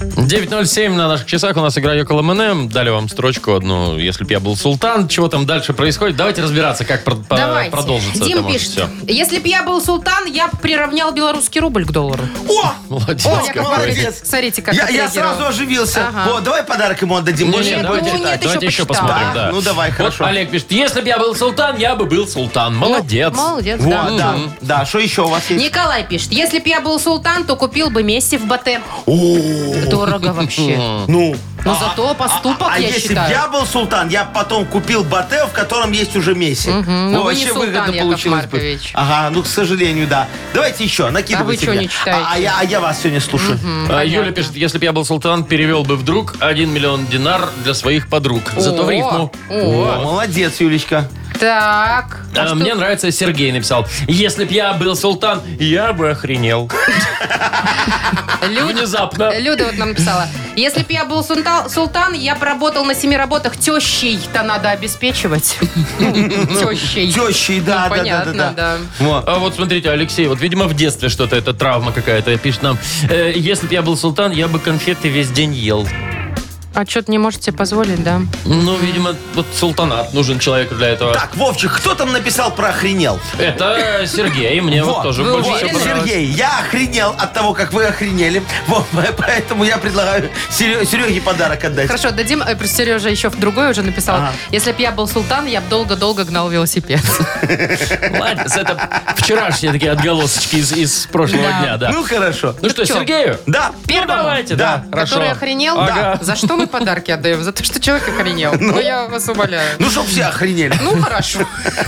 9.07 на наших часах у нас игра Йокол МНМ. Дали вам строчку одну, если б я был султан. Чего там дальше происходит? Давайте разбираться, как про- по-
Давайте.
продолжится
Дим
это может
пишет,
всё.
если б я был Султан, я бы приравнял белорусский рубль к доллару.
О!
Молодец
О,
какой.
Яков Маркович,
молодец.
смотрите, как
я, я
отреагировал.
сразу оживился.
Ага.
Вот, давай подарок ему отдадим.
Не,
Может,
не,
он
ну,
давайте,
будет
нет,
читать.
еще
давайте еще
почитаем.
посмотрим. Да.
Да? Ну, давай,
Вот
хорошо.
Олег пишет, если бы я был султан, я бы был султан. Молодец.
Ну, Молодец,
Вот,
да.
да.
ну.
Да, что еще у вас есть?
Николай пишет, если б я был султан, то купил бы Месси в Батэ.
<laughs>
Дорого вообще.
Ну,
Но зато поступок,
а,
я
если
считаю.
бы я был султан, я бы потом купил батэ, в котором есть уже Месси.
Но Ну, вы не султан, Яков
бы.
Маркович.
Ага, ну, к сожалению, да. Давайте еще,
А
накидывайте
вы чё
мне.
не читаете?
А, а я, а я вас сегодня слушаю.
А, Юля пишет, если бы я был султан, перевел бы вдруг 1 миллион динар для своих подруг. Зато в
О,
рифму.
О, молодец, Юлечка.
Так.
А, мне нравится, Сергей написал, если б я был султан, я бы охренел.
Люд-
Внезапно.
Люда вот нам написала. Если бы я был сунта- султан, я бы работал на семи работах тещей-то надо
<laughs>
обеспечивать. Тещей.
Тещи, да,
Ну,
да,
понятно,
да, да,
да.
Вот.
А вот смотрите, Алексей, вот, видимо, в детстве что-то, это травма какая-то, пишет нам. «Э, если бы я был султан, я бы конфеты весь день ел.
А что-то не можете себе позволить, да?
Ну, видимо, вот султанат нужен человеку для этого.
Так, Вовчик, кто там написал про охренел?
Это Сергей, мне вот, тоже
вы
больше всего
уверены?
понравилось.
Сергей, я охренел от того, как вы охренели. Вот, <laughs> поэтому я предлагаю Серё- Сереге подарок отдать.
Хорошо, дадим. Э, просто Сережа еще в другой уже написал.
Ага.
Если бы я был султан, я бы долго-долго гнал велосипед. <laughs>
Ну,
Ладно, это вчерашние такие отголосочки из, из прошлого
Да.
дня, да.
Ну, хорошо.
Ну что,
чё?
Сергею?
Да.
Ну, давайте, да. хорошо.
Который охренел?
Ага.
За что мы подарки отдаем? За то, что человек
<laughs>
охренел. Ну, я вас умоляю.
Ну, чтоб все охренели.
Ну, хорошо.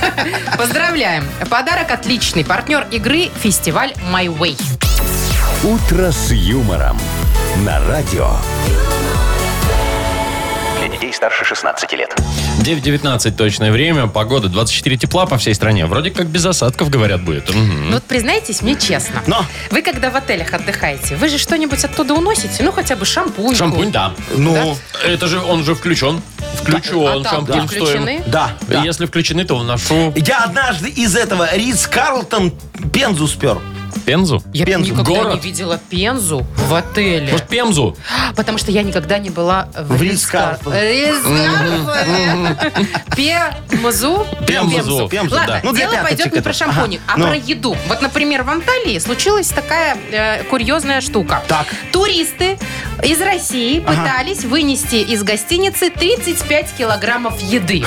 <laughs> Поздравляем. Подарок отличный. Партнер игры – фестиваль «My Way».
«Утро с юмором» на радио.
Для детей старше 16 лет.
9.19 точное время, погода 24 тепла по всей стране. Вроде как без осадков, говорят, будет. Мгм.
Ну, вот признайтесь мне честно.
Но.
Вы, когда в отелях отдыхаете, вы же что-нибудь оттуда уносите? Ну, хотя бы шампунь.
Шампунь, да.
Ну,
Это же, он же включен. Включен,
А там
шампунь
включены?
стоим.
да. да.
Если включены, то вношу
Я однажды из этого Риц Карлтон пензу спер.
пензу.
Я
Пензу.
никогда не
Город.
видела Пензу в отеле.
Может, пензу?
Потому что я никогда не была в,
В
Рискар- Рискарфоне. Пемзу?
Пемзу. Пемзу,
Ладно,
да.
Ну, для
дело пойдет
пяточек
не
это.
про шампуник, а
Ну.
про еду. Вот, например, в Анталии случилась такая э, курьезная штука.
Так.
Туристы из России пытались вынести из гостиницы 35 килограммов еды.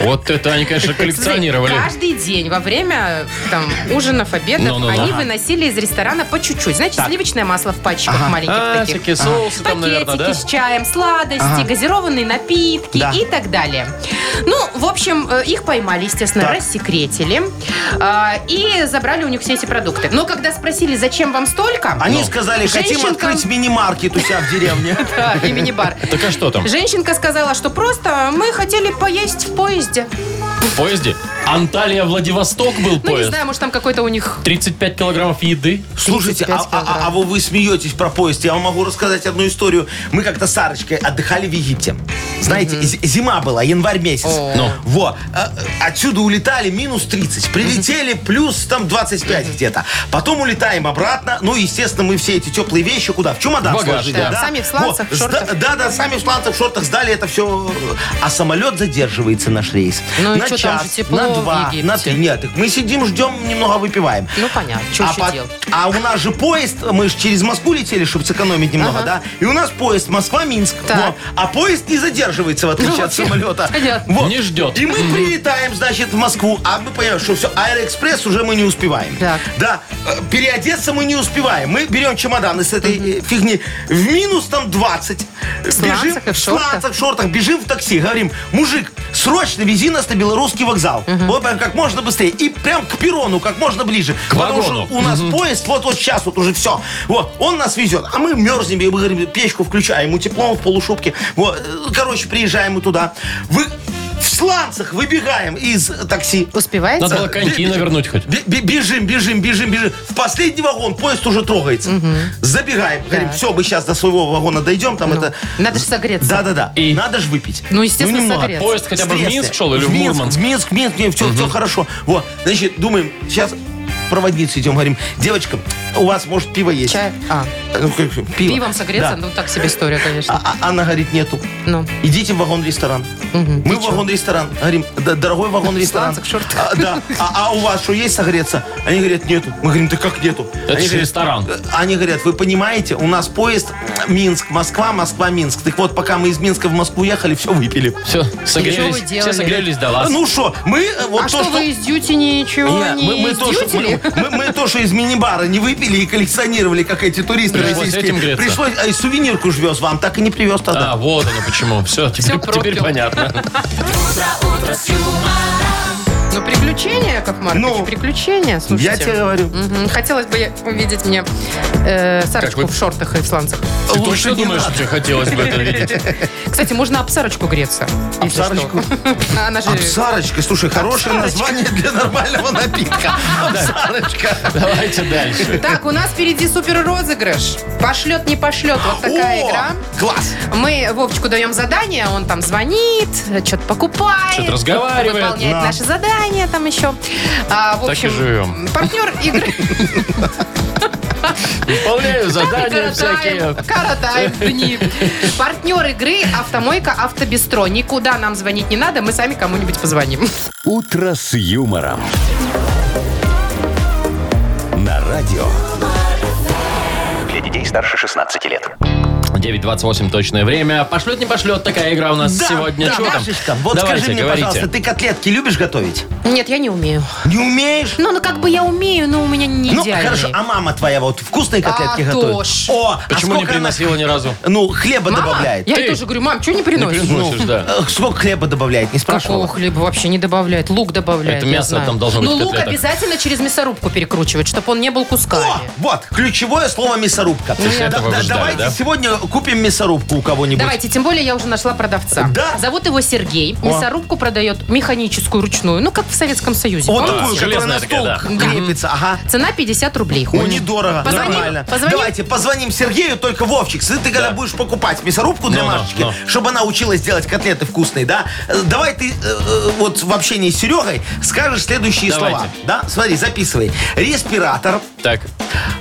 Вот это они, конечно, коллекционировали.
Смотри, Каждый день во время там, ужинов, обедов
Ну-ну-ну.
они
Ага.
выносили из ресторана по чуть-чуть. Значит, сливочное масло в пачках маленьких
А,
таких.
всякие соусы там,
Пакетики
наверное, да?
с чаем, сладости, газированные напитки
Да.
и так далее. Ну, в общем, э, их поймали, естественно,
Так.
рассекретили э, и забрали у них все эти продукты. Но когда спросили, зачем вам столько,
Они
ну,
сказали, хотим
женщинкам-
открыть мини-маркет у себя в деревне.
<laughs>
<laughs>
Да, и мини-бар.
Так а что там?
Женщинка сказала, что просто мы хотели поесть в поезде.
В поезде? Анталия-Владивосток был
Ну, не
поезд?
знаю, может, там какой-то у них
35 килограммов еды?
Слушайте, а,
35
а- а-
килограмм.
а вы, вы смеетесь про поезд. Я вам могу рассказать одну историю. Мы как-то с Арочкой отдыхали в Египте. Знаете, з- зима была, январь месяц.
Ну.
Во. А, э, Отсюда улетали минус 30. Прилетели плюс там 25 где-то. Потом улетаем обратно. Ну, естественно, мы все эти теплые вещи куда? В чемодан
Багаж,
сложили.
да.
Сами в сланцах,
Во.
в шортах.
Сда- Да, да, сами в сланцах, в шортах сдали это все. А самолет задерживается наш рейс.
Ну и
на
чё,
час,
там же тепло
на
в
два, на
Египте.
три. Нет, так мы сидим, ждем, немного выпиваем.
Ну, понятно, что еще
по-
делать?
а у нас же поезд, мы же через Москву летели, чтобы сэкономить немного, да? И у нас поезд Москва-Минск.
Так.
Вот. А поезд не задерживается, в отличие
Ну,
от
вообще,
самолета.
понятно.
Вот.
Не ждет.
И мы прилетаем, значит, в Москву, а мы понимаем, что все, Аэроэкспресс уже мы не успеваем.
Так.
Да, э, переодеться мы не успеваем. Мы берем чемоданы с этой э, фигни в минус там 20.
сланцах
бежим,
и в
в
шортах?
сланцах, в шортах, бежим в такси, говорим, мужик, срочно вези нас на белорусский вокзал. Вот прям как можно быстрее. И прям к перрону, как можно ближе. Потому
вагону.
что у нас поезд вот вот сейчас вот уже все. Вот, он нас везет. А мы мерзнем, и мы говорим, печку включаем, ему тепло, он в полушубке. Вот, э, короче, приезжаем мы туда. Вы в сланцах выбегаем из такси.
успеваете?
Надо было коньки
бе-
навернуть хоть.
Бе- бе- Бежим, бежим, бежим, бежим. В последний вагон поезд уже трогается. Забегаем. Говорим, все, мы сейчас до своего вагона дойдем. Там это...
Ну, Надо же согреться.
Да-да-да.
И?
Надо же выпить.
Ну, естественно,
немного.
согреться.
А Поезд хотя бы в
Стрессы.
Минск шел или в
Минск,
Мурманск?
В Минск, Минск, Минск, все, хорошо. Вот, значит, думаем, сейчас проводницу идем, говорим, девочка, у вас, может, пиво есть?
Чай. А,
Ну, как же, пиво.
пивом согреться?
Да.
Ну, так себе история, конечно.
А- а- она говорит, нету.
Ну.
Идите в вагон-ресторан. Мы в вагон-ресторан. Говорим, «Да, дорогой вагон-ресторан.
сланцах, шортах.
А, да. А, а у вас что, есть согреться? Они говорят, нету. Мы говорим, да как нету?
Это
Они
же
говорят,
ресторан.
«Э, Они говорят, вы понимаете, у нас поезд Минск, Москва, Москва, Минск. Так вот, пока мы из Минска в Москву ехали, все выпили.
Все,
что вы
согрелись. Все
делали?
согрелись до вас.
Ну что, мы э, вот
А
то,
что, вы из дьюти
Не,
ничего не
мы, мы то, что, мы,
издютили?
мы- мы то, что из мини-бара не выпили и коллекционировали, как эти туристы
Пришлось
российские.
этим греться.
Пришлось, а и сувенирку ж вез вам, так и не привез тогда.
А, вот оно почему. Все, теперь,
пропил.
теперь понятно.
Ну, приключения, Яков Маркович,
Ну,
приключения, слушайте.
Я тебе говорю.
Мгм. Хотелось бы я- увидеть мне э, Сарочку
вы-
в шортах и в сланцах.
Ты
Лучше
точно
не
думаешь,
надо.
что хотелось бы это видеть?
Кстати, можно об Сарочку греться. если
Сарочку?
что. <laughs> Она же...
Обсарочка, слушай, хорошее название для
<laughs>
нормального напитка. Обсарочка.
Давайте дальше.
Так, у нас впереди супер розыгрыш. Пошлет, не пошлет. Вот такая
О,
игра.
Класс.
Мы Вовчику даем задание, он там звонит, что-то покупает.
Чё-то разговаривает.
Выполняет
Да.
наши задания там еще. А, в
Так и <laughs>
общем,
живем.
Партнер игры...
Выполняю задания
Коротаем,
всякие.
коротаем дни. Партнер игры «Автомойка Автобестро». Никуда нам звонить не надо, мы сами кому-нибудь позвоним.
«Утро с юмором». На радио.
Для детей старше 16 лет.
9.28 точное время. Пошлет, не пошлет, такая игра у нас
Да,
сегодня.
да,
Чего там?
Дашечка, вот
Давайте,
скажи мне,
говорите.
пожалуйста, ты котлетки любишь готовить?
Нет, я не умею.
Не умеешь?
Ну, ну как бы я умею, но у меня не
Ну,
идеальные.
хорошо, а мама твоя вот вкусные котлетки
А,
готовит?
Тош.
О, а
Почему не
сколько она-
приносила ни разу?
Ну, хлеба
Мама,
добавляет.
я
Ты.
ей тоже говорю, мам, чего не
Не
приносишь?
приносишь, да.
Э, Сколько хлеба добавляет, не
Какого
спрашивала?
хлеба вообще не добавляет? Лук добавляет.
Это
я
мясо
знаю.
там должно быть в
Ну, лук
котлетах.
обязательно через мясорубку перекручивать, чтобы он не был
О,
кусками.
вот, ключевое слово мясорубка.
ж этого вы ждали,
давайте
да?
сегодня купим мясорубку у кого-нибудь.
Давайте, тем более я уже нашла продавца.
Да?
Зовут его Сергей. Мясорубку продает механическую, ручную. Ну, как в Советском Союзе.
Вот
помните?
такую, которая
железная
на стол
такая,
да.
крепится. Ага.
Цена 50 рублей.
О,
ходит.
недорого.
Позвоним?
Нормально.
Позвоним?
Давайте позвоним Сергею, только Вовчик. Ты, ты когда будешь покупать мясорубку для
Ну, ну,
Машечки,
ну.
чтобы она училась делать котлеты вкусные, да? э, Давай ты э, э, вот в общении с Серегой скажешь следующие
Давайте.
слова. Да? Смотри, записывай. Респиратор,
Так,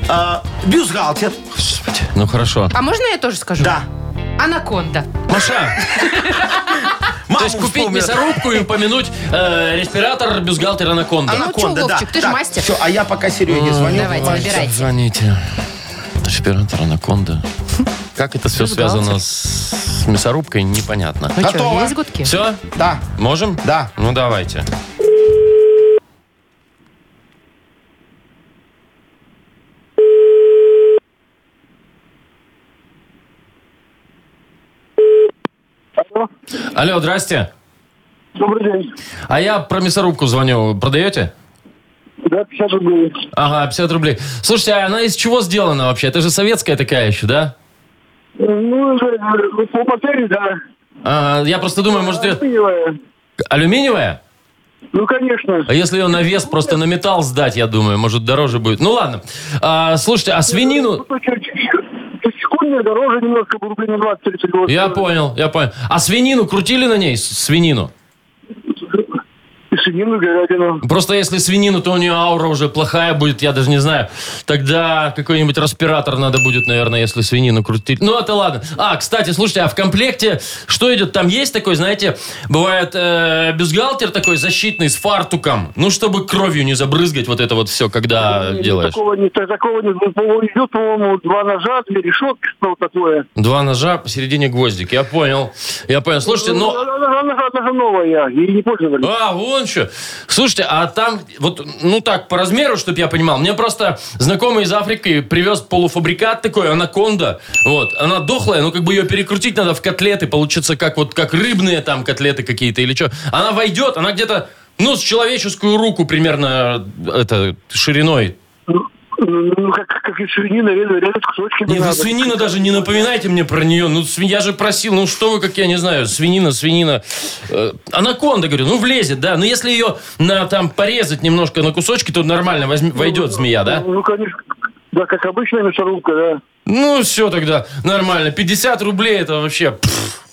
э, бюстгальтер.
господи, ну хорошо.
А можно я тоже скажу?
Да.
Анаконда.
Маша,
Маму
то
<laughs>
есть купить
вспомнила.
мясорубку и упомянуть э, респиратор, бюстгальтер, анаконда.
ну
Анаконда,
чё,
да.
Вовчик, ты ж
Так,
мастер.
Все, а я пока Сереге звоню.
Давайте, выбирайте.
Звоните. Респиратор, анаконда. Как это все связано с мясорубкой, непонятно.
Ну чё,
Готово.
есть гудки?
Все?
Да.
Можем?
Да.
Ну давайте. Алло, здрасте.
Добрый день.
А я про мясорубку звоню. Продаете?
Да, 50 рублей.
Ага, 50 рублей. Слушайте, а она из чего сделана вообще? Это же советская такая еще, да?
Ну, уже по потере, да.
Ага, А, я просто думаю, может, её-
Алюминиевая.
алюминиевая?
Ну, конечно.
А если ее на вес просто на металл сдать, я думаю, может, дороже будет. Ну ладно. А, слушайте, а свинину...
Ну, чуть- чуть- Секундная дороже немножко, рублей на э, 20-30 год.
Я понял, я понял. А свинину крутили на ней? С- Свинину?
И свинину, и говядину.
Просто если свинину, то у нее аура уже плохая будет, я даже не знаю. Тогда какой-нибудь респиратор надо будет, наверное, если свинину крутить. Ну, это ладно. А, кстати, слушайте, а в комплекте что идет? Там есть такой, знаете, бывает э, бюстгальтер такой защитный с фартуком. Ну, чтобы кровью не забрызгать вот это вот все, когда делаешь.
Такого не, такого не ну, по-моему, идет, по-моему, два ножа, две решетки, что-то такое.
Два ножа, посередине гвоздик. Я понял. Я понял. Слушайте,
Ну,
но...
Она, она, она, она же новая, ей не пользовались.
А, вон что. Слушайте, а там, вот, ну так, по размеру, чтобы я понимал, мне просто знакомый из Африки привез полуфабрикат такой, анаконда, вот, она дохлая, ну как бы ее перекрутить надо в котлеты, получится как вот, как рыбные там котлеты какие-то или что. Она войдет, она где-то, ну, с человеческую руку примерно, э, это, шириной.
Ну, как, как и свинина, резать, резать кусочки
Не, вы
надо.
свинина даже не напоминайте мне про нее. Ну, свин- я же просил, ну что вы, как я не знаю, свинина, свинина. Э, анаконда, говорю, ну влезет, да. Но если ее на, там порезать немножко на кусочки, то нормально возьм- войдет змея, да?
Ну, конечно, да, как обычная мясорубка, да.
Ну, все тогда, нормально. 50 рублей это вообще... пф.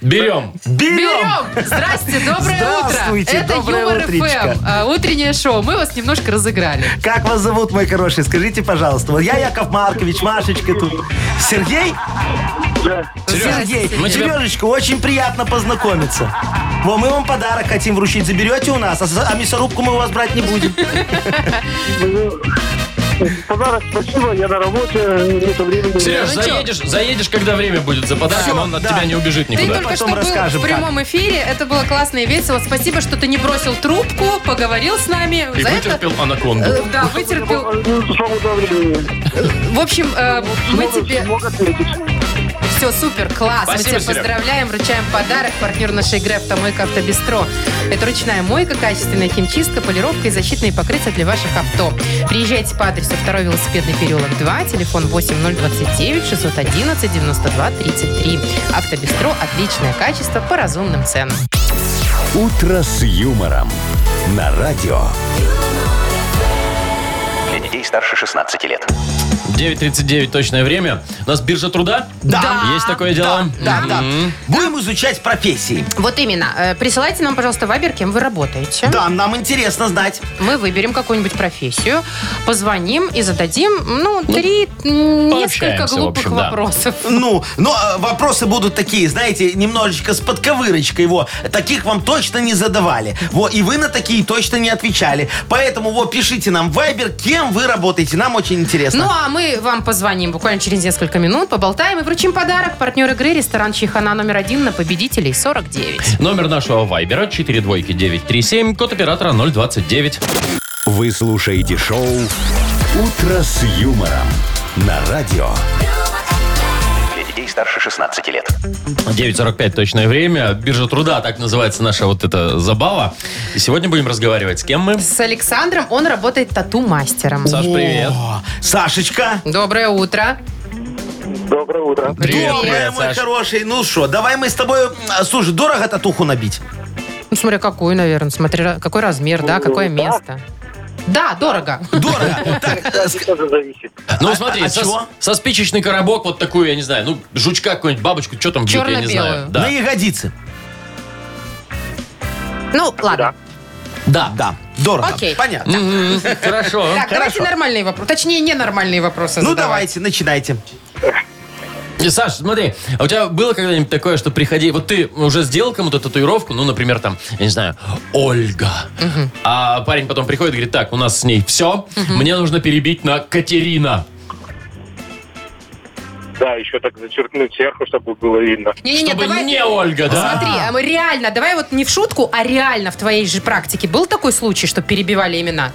Берем.
Берем! Здрасте, доброе утро!
Здравствуйте,
Это
доброе
Юмор
утречко.
ФМ, а, утреннее шоу. Мы вас немножко разыграли.
Как вас зовут, мой хороший? Скажите, пожалуйста. Вот я Яков Маркович, Машечка тут. Сергей? Сергей.
мы тебя-
Сережечка, очень приятно познакомиться. Во, мы вам подарок хотим вручить. Заберете у нас, а, с- а мясорубку мы у вас брать не будем.
Подарок, спасибо, я на
э,
работе, нет времени.
Сереж,
Ну, чё?
заедешь, заедешь, когда время будет за подарком,
Всё,
он от
да.
тебя не убежит
Ты
никуда.
только
Потом
что был
расскажем,
в прямом эфире. Это было классно и весело. Спасибо, что ты не бросил трубку, поговорил с нами.
И
За
вытерпел анаконду.
это... э, Да, вытерпел.
Ну, свобода времени.
В общем, э, мы тебе...
Мог ответить.
Все, супер, класс.
Спасибо,
мы тебя
Серег.
поздравляем, вручаем подарок. Партнер нашей игры «Автомойка Автобестро». Это ручная мойка, качественная химчистка, полировка и защитные покрытия для ваших авто. Приезжайте по адресу 2 велосипедный переулок 2, телефон 8029 611 92 33. «Автобестро» – отличное качество по разумным ценам.
«Утро с юмором». На радио.
Для детей старше 16 лет.
9.39 точное время. У нас биржа труда?
Да.
Есть такое дело?
Да, да.
Мгм.
Будем изучать профессии.
Вот именно. Э, Присылайте нам, пожалуйста, вайбер, кем вы работаете.
Да, нам интересно знать.
Мы выберем какую-нибудь профессию, позвоним и зададим, ну, три, м, несколько
пообщаемся, в
глупых
общем, да.
вопросов.
Ну, но э, вопросы будут такие, знаете, немножечко с подковырочкой. Во. Таких вам точно не задавали. Во, и вы на такие точно не отвечали. Поэтому вот пишите нам в Viber, кем вы работаете. Нам очень интересно.
Ну, а мы вам позвоним буквально через несколько минут, поболтаем и вручим подарок. Партнер игры ресторан Чайхана номер один на победителей 49.
Номер нашего вайбера 42937, код оператора 029.
Вы слушаете шоу «Утро с юмором» на радио.
Для детей старше 16 лет.
9.45 точное время. Биржа труда, так называется наша вот эта забава. И сегодня будем разговаривать с кем мы?
С Александром он работает тату-мастером.
Саш, привет.
О, Сашечка.
Доброе утро.
Доброе утро.
Привет,
Доброе,
привет,
мой
Саш.
хороший. Ну что, давай мы с тобой... м, Слушай, дорого татуху набить?
Ну, смотря какую, наверное, смотря какой размер, да, какое место. Да, дорого.
<laughs>
Дорого. Так, э, ск-
Тоже зависит.
Ну, смотри,
а
со,
чего?
со спичечный коробок вот такую, я не знаю, ну, жучка какую-нибудь, бабочку, что там бьют, я не
Черно-белую.
знаю.
На
Да.
ягодицы.
Ну, ладно.
да.
Да, дорого.
Окей.
Понятно.
Мгм, Хорошо.
Так, давайте
Хорошо.
нормальные вопросы. Точнее, ненормальные вопросы
Ну
задавать.
давайте, начинайте.
И, Э, Саш, смотри, а у тебя было когда-нибудь такое, что приходи, вот ты уже сделал кому-то татуировку, ну, например, там, я не знаю, Ольга. А парень потом приходит и говорит, так, у нас с ней все, мне нужно перебить на Катерина.
Да, еще так зачеркнуть сверху, чтобы было видно.
Не-не-не,
чтобы
давай...
не Ольга, да?
Смотри, а мы реально, давай вот не в шутку, а реально в твоей же практике был такой случай, что перебивали имена?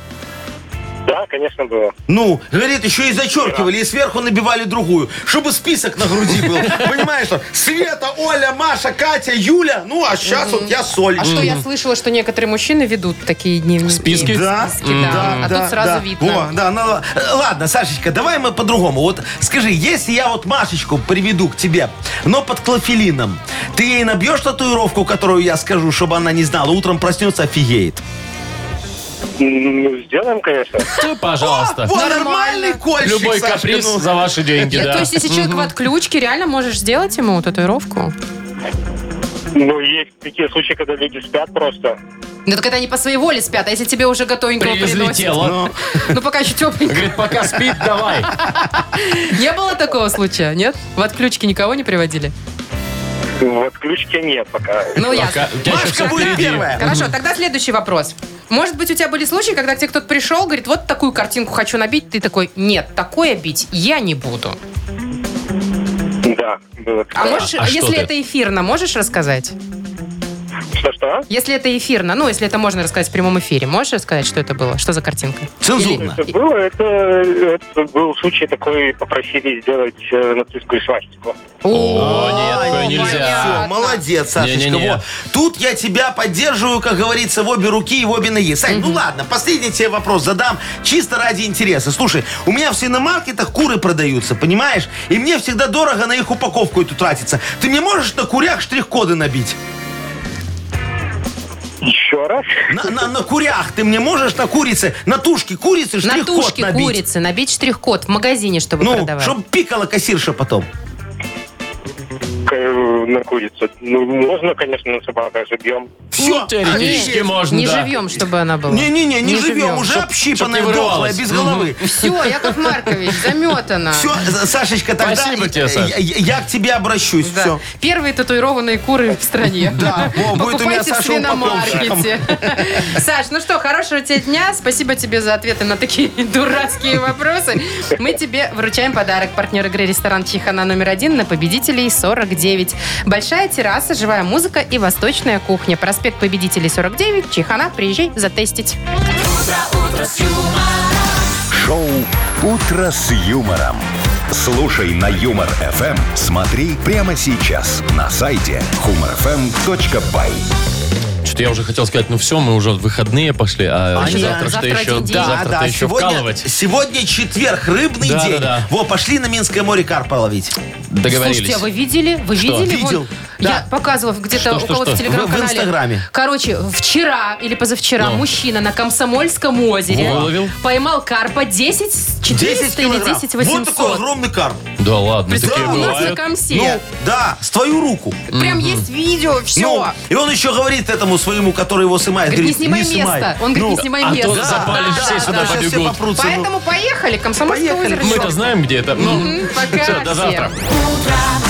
Да, конечно, было.
Ну, говорит, еще и зачеркивали, и сверху набивали другую, чтобы список на груди
<laughs>
был. Понимаешь, что Света, Оля, Маша, Катя, Юля, ну, а сейчас вот я Соль.
А что я слышала, что некоторые мужчины ведут такие дневники?
Списки?
Да,
Списки, да. А тут сразу
да.
видно.
О, да, ну, э, ладно, Сашечка, давай мы по-другому. Вот скажи, если я вот Машечку приведу к тебе, но под клофелином, ты ей набьешь татуировку, которую я скажу, чтобы она не знала, утром проснется, офигеет.
Ну, сделаем, конечно.
Ты, пожалуйста.
О, вот
Нормально.
нормальный кольчик,
Любой
Сашка,
каприз
ну.
за ваши деньги,
Э,
да.
То есть, если человек в отключке, реально можешь сделать ему татуировку?
Ну, есть такие случаи, когда люди спят просто.
Ну, так это они по своей воле спят, а если тебе уже готовенького
Привезли
приносят?
тело.
Ну,
Ну, пока еще тепленько.
Говорит, пока спит, давай.
Не было такого случая, нет? В отключке никого не приводили?
В отключке нет пока.
Ну, ясно.
Пока- у тебя еще
Машка
всё
будет
впереди.
первая.
Хорошо, тогда следующий вопрос. Может быть, у тебя были случаи, когда к тебе кто-то пришел, говорит, вот такую картинку хочу набить, ты такой, нет, такое бить я не буду.
Да, было.
А можешь,
а что
если
ты?
это эфирно, можешь рассказать?
Что-что?
Если это эфирно, ну, если это можно рассказать в прямом эфире, можешь рассказать, что это было? Что за картинка?
Цензурно.
Это было, это, это был случай такой, попросили сделать э, нацистскую свастику.
О, нет, такое
Ой,
нельзя.
понятно.
Всё, молодец, Сашечка.
Не-не-не.
Во. Тут я тебя поддерживаю, как говорится, в обе руки и в обе ноги. Сань, ну ладно, последний тебе вопрос задам, чисто ради интереса. Слушай, у меня в свиномаркетах куры продаются, понимаешь? И мне всегда дорого на их упаковку эту тратиться. Ты мне можешь на курях штрих-коды набить?
Еще раз?
На, на- на курях ты мне можешь на курице, на тушке курицы
На
штрих-код
тушке
набить?
курицы набить штрих-код в магазине, чтобы
Ну,
продавать.
чтобы пикала кассирша потом.
К- э, На курицу. Ну, можно, конечно, на собаках забьем.
Все.
Ну, Теоретически можно,
не
да.
живем, чтобы она была.
Не-не-не, не, живем, уже
чтоб не
общипанная,
вырывалась.
дохлая, без головы.
Все, Яков Маркович,
<laughs>
заметана.
Все, Сашечка, тогда
Спасибо
я-
тебе, Саш.
я, я к тебе обращусь.
Да.
Все.
Первые татуированные куры в стране.
<laughs> Да, во, будет у меня
Покупайте в
Саша
свиномаркете. <laughs> Саш, ну что, хорошего тебе дня. Спасибо тебе за ответы на такие <laughs> дурацкие вопросы. Мы тебе вручаем подарок. Партнер игры ресторан Чихана номер один на победителей 49. Большая терраса, живая музыка и восточная кухня. Проспект победителей 49. Чихана, приезжай затестить.
Шоу «Утро с юмором». Слушай на Юмор ФМ. Смотри прямо сейчас на сайте humorfm.by.
Что-то я уже хотел сказать, ну все, мы уже в выходные пошли, а,
А
еще
не,
завтра, что
завтра
еще,
один день.
завтра
да,
еще
сегодня,
вкалывать.
сегодня четверг, рыбный
Да,
день.
да, да.
Во, пошли на Минское море карпа ловить.
Договорились.
Слушайте, а вы видели? Вы
Что?
видели?
Видел,
Вон,
да.
Я показывала где-то
Что,
у
что, что?
кого-то в телеграм-канале.
В- в Инстаграме.
Короче, вчера или позавчера
Ну.
мужчина на Комсомольском озере
Выловил?
поймал карпа 10 400 или
килограмм.
10
Вот такой
800.
огромный карп.
Да ладно,
Представь,
такие
у нас на
бывают.
Комсе.
Ну, да, с твою руку.
Прям есть видео, все.
Ну, и он еще говорит этому своему, который его снимает,
Говорит, не
говорит,
снимай место. Он говорит,
Ну,
не снимай
а то
место.
запалишь,
Да,
все
да,
сюда
да.
сейчас
побегут.
попрутся, ну.
Поэтому поехали, Комсомольское
Поехали.
озеро.
Мы-то знаем, где это. Ну,
Мгм, пока
всё, до
всем.
завтра.
утро